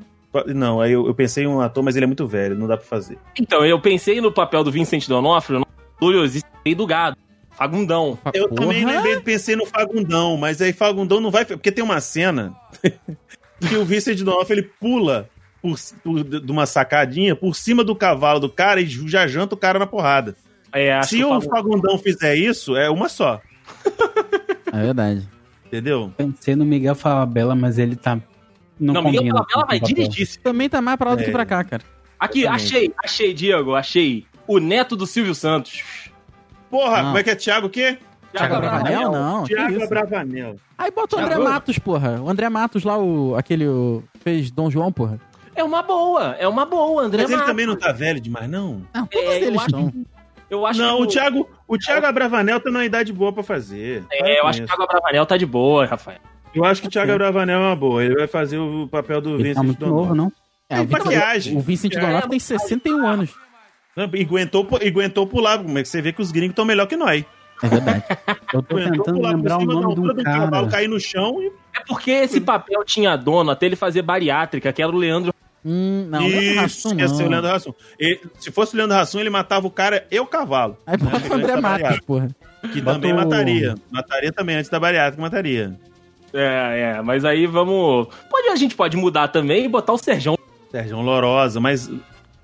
S4: Não, aí eu, eu pensei em um ator, mas ele é muito velho, não dá pra fazer.
S3: Então, eu pensei no papel do Vincent D'Onofrio, no gloriosíssimo rei do gado, Fagundão.
S4: Eu
S2: Porra.
S4: também lembrei, pensei no Fagundão, mas aí Fagundão não vai... Porque tem uma cena que o Vincent D'Onofrio, ele pula por, por- de uma sacadinha por cima do cavalo do cara e já janta o cara na porrada.
S3: É, acho
S4: Se
S3: que
S4: o
S3: Fagundão-
S4: Fagundão fizer isso, é uma só,
S2: É verdade.
S4: entendeu?
S5: Pensei no Miguel Falabella, mas ele tá. Não,
S3: Não,
S5: combina.
S3: Miguel Falabella
S5: com
S3: vai
S5: o papel.
S3: dirigir. esse-
S2: Também tá mais pra lá do
S4: É.
S2: que pra cá, cara.
S3: Aqui,
S4: Exatamente.
S3: achei, achei, Diego, achei. O neto do Silvio Santos.
S4: Porra,
S2: Não.
S4: como é que é? Thiago o quê?
S2: Thiago Abravanel,
S3: Abravanel.
S2: não. que isso.
S4: Abravanel.
S2: Aí bota o André
S4: Thiago?
S2: Matos, porra. O André Matos lá, o aquele o- fez Dom João, porra.
S3: É uma boa, é uma boa, André.
S4: Mas ele
S3: Matos.
S4: também não tá velho demais, não?
S2: Não,
S3: É, eu acho- Eu acho
S4: não,
S3: que
S4: o Thiago, o Thiago Abravanel tá numa idade boa pra fazer.
S3: É, eu acho que o
S4: Parabéns.
S3: Thiago tá Abravanel tá de boa, Rafael.
S4: Eu acho que o Thiago Abravanel é uma boa. Ele vai fazer o papel do
S5: Ele
S4: Vincent
S5: tá muito novo,
S4: D'Onofrio.
S5: não?
S2: É, o
S4: Tem maquiagem.
S2: Vincent, o Vincent D'Onofrio tem 61 anos.
S4: Não, e aguentou, pu- e aguentou pular, como é que você vê que os gringos estão melhor que nós.
S5: É verdade. Eu
S4: Aguentou
S5: tô tentando
S4: Então, pular por
S5: lembrar o
S4: cima da
S5: nome
S4: altura
S5: do
S4: do cavalo,
S5: cara.
S4: cair no chão e
S3: É porque esse papel tinha dono até ele fazer bariátrica, que era o Leandro.
S2: Hum, não,
S4: Isso,
S2: não é
S4: ia ser o
S2: Rassum, não.
S4: Leandro Hassum. Ele- se fosse o Leandro Hassum, ele matava o cara e o cavalo.
S2: Aí bota o André Matos, porra.
S4: Que
S5: Bota
S4: também
S5: o-
S4: mataria. Mataria também, antes da bariátrica, mataria.
S3: É, é, mas aí vamos. Pode, a gente pode mudar também e botar o Serjão.
S4: Sérgio Lorosa, mas. não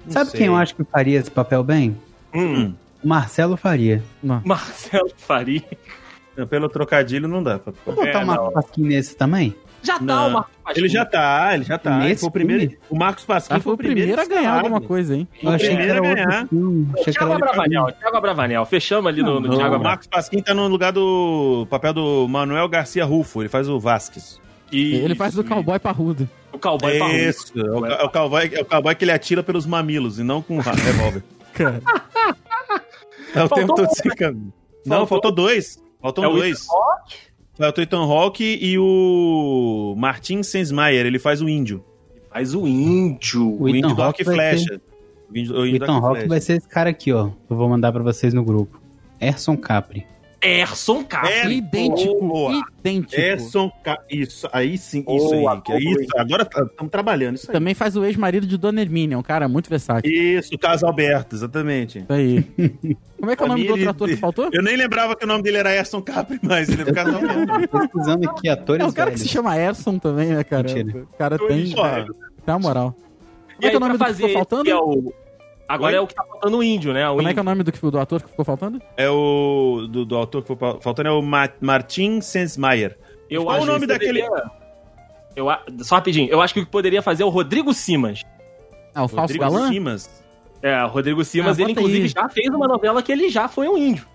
S5: Sabe
S4: sei.
S5: quem eu acho que faria esse papel bem?
S3: Hum,
S5: O Marcelo faria.
S3: Marcelo Faria.
S4: Pelo trocadilho não dá. pra-
S5: Vou botar
S3: É,
S5: o Marcos Pasquim nesse também?
S3: Já tá
S4: Não,
S3: o Marcos Pasquim.
S4: Ele já tá, ele já tá. Ele
S5: Nesse
S4: foi o primeiro.
S5: filme?
S4: O Marcos Pasquim
S2: Ah, foi o primeiro a ganhar
S4: disparado.
S2: alguma coisa, hein?
S5: Eu achei que era
S4: primeiro a
S5: outro
S4: ganhar.
S5: filme. Achei que era
S3: Thiago
S5: outro filme.
S3: Abravanel, Thiago Abravanel. Fechamos ali no, no
S4: Não,
S3: Thiago
S4: o
S3: Abravanel.
S4: Marcos Pasquim tá no lugar do papel do Manuel Garcia Rufo, ele faz o Vasquez.
S2: Ele faz o cowboy parrudo.
S3: O cowboy parrudo.
S4: Isso, é o, é, o cowboy, é o cowboy que ele atira pelos mamilos e não com o ra- revólver.
S2: Cara.
S4: É o
S3: Faltou
S4: tempo
S3: um,
S4: todo sem caminho. Não, faltou dois. Faltam
S3: É o
S4: dois.
S3: Ethan Hawke?
S4: Faltou o Ethan Hawke e o Martin Sensmaier, ele faz o índio.
S3: Faz o índio.
S4: O,
S5: O Ethan
S4: índio do Rock
S5: Hawke
S4: e
S5: vai
S4: Flecha. O índio, o
S5: O
S4: índio do
S5: Ethan
S4: Rock e
S5: Rock
S4: Flecha.
S5: vai ser esse cara aqui, ó. Eu vou mandar pra vocês no grupo. Erson Capri.
S3: Erson Carlos.
S4: É,
S2: idêntico.
S4: boa.
S2: Idêntico.
S4: Erson Ca- Isso, aí sim, isso,
S3: Boa,
S4: Henrique. É
S3: boa,
S4: Isso, agora estamos trabalhando isso aí.
S2: Também faz o ex-marido de Dona Hermínia, um cara muito versátil.
S4: Isso, Caso Alberto, exatamente.
S2: Isso aí. Como é que é o nome do outro
S4: Família
S2: ator que
S4: de-
S2: faltou?
S4: Eu nem lembrava que o nome dele era Erson Capri, mas ele é Caso Alberto.
S5: Pesquisando aqui atores
S2: É o cara que
S5: velhos.
S2: se chama Erson também, né, cara?
S5: Mentira.
S2: O cara tem.
S4: Porra,
S2: Tá moral. Como
S3: E
S2: é que é
S3: aí,
S2: o nome
S3: pra
S2: do que ficou
S3: fazer
S2: faltando?
S3: esse é o- Agora
S4: Oi?
S3: é o que tá faltando o índio, né? O
S2: Como é que é
S3: índio.
S2: o nome do, que- do ator que ficou faltando?
S4: É o. Do, do autor que foi pa- faltando é o Ma Martin Sensmaier.
S3: Eu
S4: Qual
S3: acho
S4: o nome
S3: que
S4: daquele-
S3: poderia- Eu, a- só rapidinho. Eu acho que o que poderia fazer é o Rodrigo Simas.
S2: Ah, o Falso
S4: Rodrigo
S2: Galã?
S4: Simas.
S3: É, o Rodrigo Simas,
S2: Ah,
S3: ele
S2: bota
S3: inclusive
S2: aí.
S3: já fez uma novela que ele já foi um índio.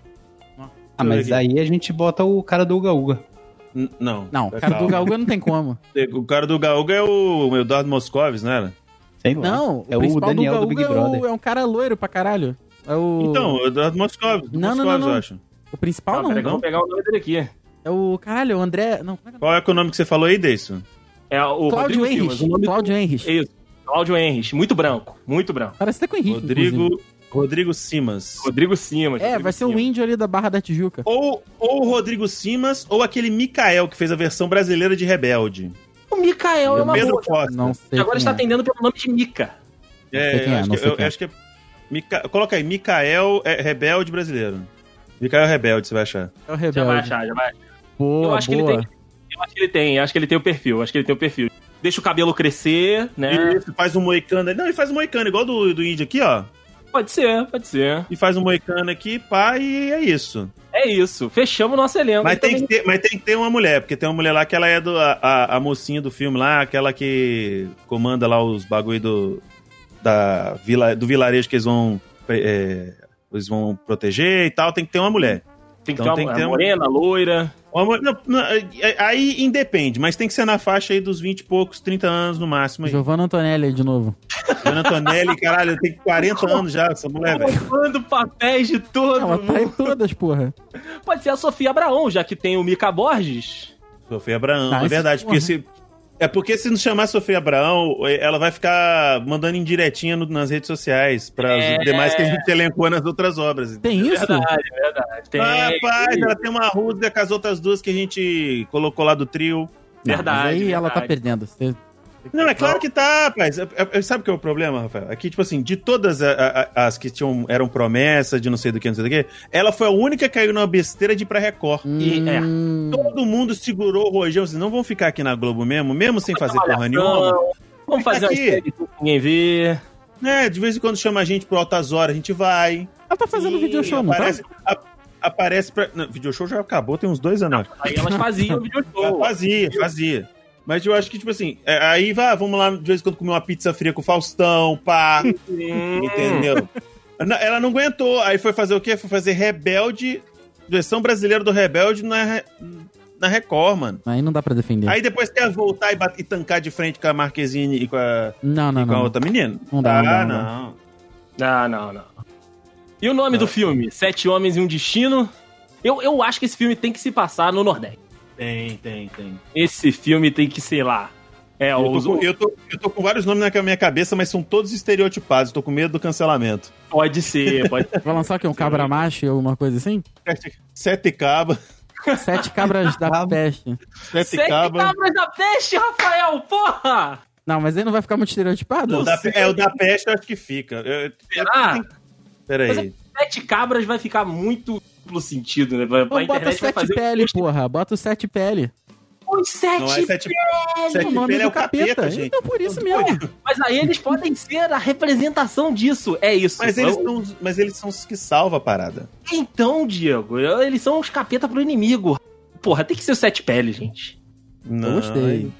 S5: Ah, mas aí a gente bota o cara do Uga Uga.
S4: N- Não. É
S2: Não, o cara do Galga não tem como.
S4: O cara do Gaúga é o o Eduardo né? Gonçalves, não era?
S5: Sei lá.
S2: Não,
S5: é
S2: o
S5: o
S2: principal
S5: Daniel
S2: do
S5: do
S2: Galga
S5: Big
S2: é,
S5: Brother.
S2: o- é um cara loiro pra caralho. É o...
S4: Então, o Eduardo Moscovis.
S2: Não, não, não, não.
S4: eu acho.
S2: o principal
S3: peraí,
S2: não. né?
S3: que eu vou pegar o nome dele aqui.
S2: É o... Caralho, o André... Não, como é que é?
S4: Qual é que é o nome que você falou aí, Deison?
S3: É o
S2: o Cláudio
S3: Rodrigo
S2: Henrich.
S3: Simas. O nome
S2: Cláudio Henrich.
S3: do... Isso. Cláudio Henrich. Muito branco. Muito branco.
S2: Parece até com o Henrique, inclusive.
S4: Rodrigo, Rodrigo Simas.
S3: Rodrigo Simas.
S2: É,
S3: Rodrigo
S2: vai ser o
S3: Simas.
S2: índio ali da Barra da Tijuca.
S4: Ou, ou o Rodrigo Simas, ou aquele Mikael que fez a versão brasileira de Rebelde.
S3: O Mikael é uma
S4: Pedro
S3: boa.
S4: Costa.
S2: Não sei
S3: Agora
S2: quem
S3: está
S2: é.
S3: atendendo pelo nome de Mika.
S2: sei quem é,
S4: É, acho
S2: não
S4: que-
S2: sei
S4: eu
S2: quem é.
S4: acho que é. Mica- Coloca aí, Mikael é, Rebelde brasileiro. Mikael Rebelde, você vai achar.
S2: É o
S3: Já vai
S2: Rebelde.
S3: achar, já vai.
S2: Boa,
S3: eu acho que
S2: boa.
S3: ele tem. Eu acho que ele tem, acho que ele tem o perfil, acho que ele tem o perfil. Deixa o cabelo crescer, né?
S4: Ele faz um moicano. Não, ele faz um moicano, igual do, do índio aqui, ó.
S3: Pode ser, pode ser.
S4: E faz um moicano aqui, pá, e é isso.
S3: É isso. Fechamos o nosso elenco.
S4: Mas tem,
S3: Então,
S4: que ter, mas tem que ter uma mulher, porque tem uma mulher lá que ela é do, a, a- a mocinha do filme lá, aquela que comanda lá os bagulho do, da vila, do vilarejo que eles vão, é, eles vão proteger e tal. Tem que ter uma mulher.
S3: tem que
S4: então
S3: ter
S4: tem
S3: uma
S4: que ter um-
S3: morena, loira.
S4: Uma mu- não, não, aí independe, mas tem que ser na faixa aí dos 20 e poucos, 30 anos no máximo. aí.
S2: Giovanna Antonelli aí de novo.
S4: Ana Antonelli, caralho, tem 40 anos já essa mulher, É, velho.
S3: Roubando Tá papéis de todo
S2: Ela tá em
S3: mundo.
S2: todas, porra.
S3: Pode ser a Sofia Abraão, já que tem o Mica Borges.
S4: Sofia Abraão,
S2: Tá,
S4: é verdade.
S2: esse-
S4: Porque se, é porque se não chamar Sofia Abraão, é, ela vai ficar mandando indiretinha no- nas redes sociais para
S3: É.
S4: os demais que a gente elencou nas outras obras. Ah,
S2: Tem isso?
S3: Verdade, verdade. Tem.
S4: Rapaz, ela tem uma rusga com as outras duas que a gente colocou lá do trio.
S3: Verdade.
S2: Mas aí ela tá
S3: verdade.
S2: perdendo. Você-
S4: Não, é claro que tá, rapaz. É- é- é- sabe o que é o problema, Rafael? Aqui, tipo assim, de todas a- a- a- as que tinham, eram promessa de não sei do que, não sei do que, ela foi a única que caiu numa besteira de ir pra Record.
S3: E, é.
S2: Hum,
S4: Todo mundo segurou o rojão. Vocês não vão ficar aqui na Globo mesmo, mesmo sem fazer porra nenhuma?
S3: Não, Vamos
S4: Fica
S3: fazer uma
S4: aqui.
S3: série que ninguém vê.
S4: né? De vez em quando chama a gente pro altas horas, a gente vai.
S2: Ela tá fazendo
S4: E
S2: vídeo show, não tá?
S4: aparece, a- aparece pra. Não, video show já acabou, tem uns dois anos.
S3: Aí elas faziam o video show.
S4: Fazia, fazia. Mas eu acho que, tipo assim, é, aí vai, vamos lá de vez em quando comer uma pizza fria com o Faustão, pá.
S3: Hum.
S4: entendeu? Não, Ela não aguentou. Aí foi fazer o quê? Foi fazer Rebelde, versão brasileira do Rebelde na, Re- na Record, mano.
S2: Aí não dá pra defender.
S4: Aí depois quer voltar e, bate- e tancar de frente com a Marquezine e com a,
S2: Não,
S4: e
S2: não,
S4: com a
S2: não.
S4: outra menina.
S2: Não dá, não dá,
S4: ah,
S2: não dá.
S4: não.
S3: Não, não, não. E o nome
S4: Ah.
S3: do filme? Sete Homens e um Destino. Eu, eu acho que esse filme tem que se passar no Nordeste.
S4: Tem, tem, tem.
S3: Esse filme tem que, sei lá. É,
S4: Eu
S3: os,
S4: tô, com, eu, tô, eu tô com vários nomes na minha cabeça, mas são todos estereotipados. Tô com medo do cancelamento.
S3: pode ser, pode
S2: Vai lançar o quê? Um cabra macho ou uma coisa assim?
S4: Sete, sete caba,
S2: Sete cabras da
S5: Cabo.
S2: peste.
S4: sete,
S3: Sete
S4: caba.
S3: cabras da peste, Rafael, porra!
S2: Não, mas aí não vai ficar muito
S4: O
S2: estereotipado?
S4: da, é, o da peste eu acho que fica. Eu,
S3: Será?
S4: peraí.
S3: Sete cabras vai ficar muito duplo sentido, né? Vai-
S2: Ou
S3: A
S2: Então bota
S3: internet vai
S2: sete
S3: fazer um o
S2: pele,
S3: que-
S2: porra. Bota o sete pele.
S3: Os sete
S4: Não é sete, sete
S2: o nome
S4: pele
S2: do
S4: é o
S2: capeta.
S4: capeta, gente.
S2: Então por isso mesmo.
S3: Mas aí eles podem ser a representação disso. É isso.
S4: Mas eles,
S3: Eu-
S4: são, os- mas eles são os que salvam a parada.
S3: Então, Diego, eu- eles são os capeta pro inimigo. Porra, tem que ser o sete pele, gente.
S4: Não,
S2: Eu gostei.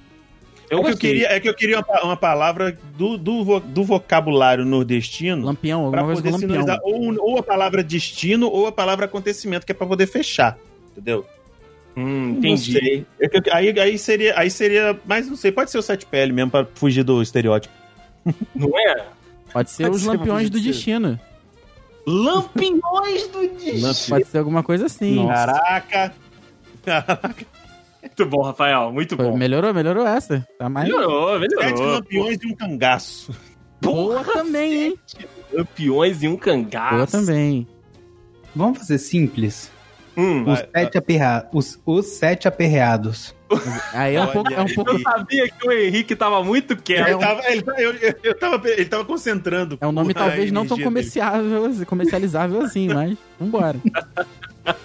S3: Eu
S4: é que eu
S3: gostei.
S4: queria, é que eu queria uma, pa- uma palavra do, do, vo- do vocabulário nordestino
S2: Lampião,
S4: pra
S2: alguma coisa com
S4: poder
S2: lampião.
S4: sinalizar ou, ou a palavra destino ou a palavra acontecimento, que é pra poder fechar. Entendeu?
S3: Hum,
S4: Não
S3: entendi.
S4: sei. É que eu- aí, aí, seria, aí seria. Mas não sei, pode ser o sete pele mesmo, pra fugir do estereótipo.
S3: Não é?
S2: Pode ser
S4: Pode
S2: os
S4: ser,
S2: lampiões
S4: pode
S2: do
S4: ser.
S2: destino.
S3: Lampiões do destino.
S2: Pode ser alguma coisa assim.
S4: Caraca!
S3: Muito bom, Rafael. Muito
S2: Foi-
S3: bom.
S2: melhorou, melhorou essa. Tá mais.
S3: Melhorou,
S4: Sete
S3: melhorou.
S4: campeões de um cangaço.
S2: Boa também, hein?
S4: é
S3: Lampiões e um cangaço.
S2: Boa também.
S5: Vamos fazer simples.
S3: Hum.
S5: Os
S4: Vai,
S5: sete, aperra... os, os sete aperreados.
S2: Aí é um
S4: Olha
S2: pouco. É um
S4: aí.
S2: pouco. um
S3: Eu sabia que o Henrique tava muito
S4: Ele,
S3: quieto.
S4: tava, ele, tá- eu- eu- eu tava- ele tava concentrando.
S2: É um nome
S4: a
S2: talvez não tão
S4: energia dele.
S2: comerciável, comercializável assim, mas vambora.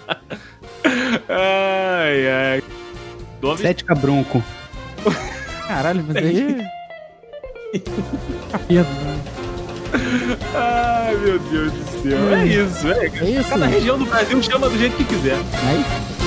S2: um-
S3: Ai, ai. Nome
S5: Sete cabrunco.
S2: Caralho, mas aí.
S3: Ai, meu Deus do céu. É isso, é.
S2: É isso.
S3: é.
S2: né?
S3: Cada região do Brasil chama do jeito que quiser.
S2: Aí,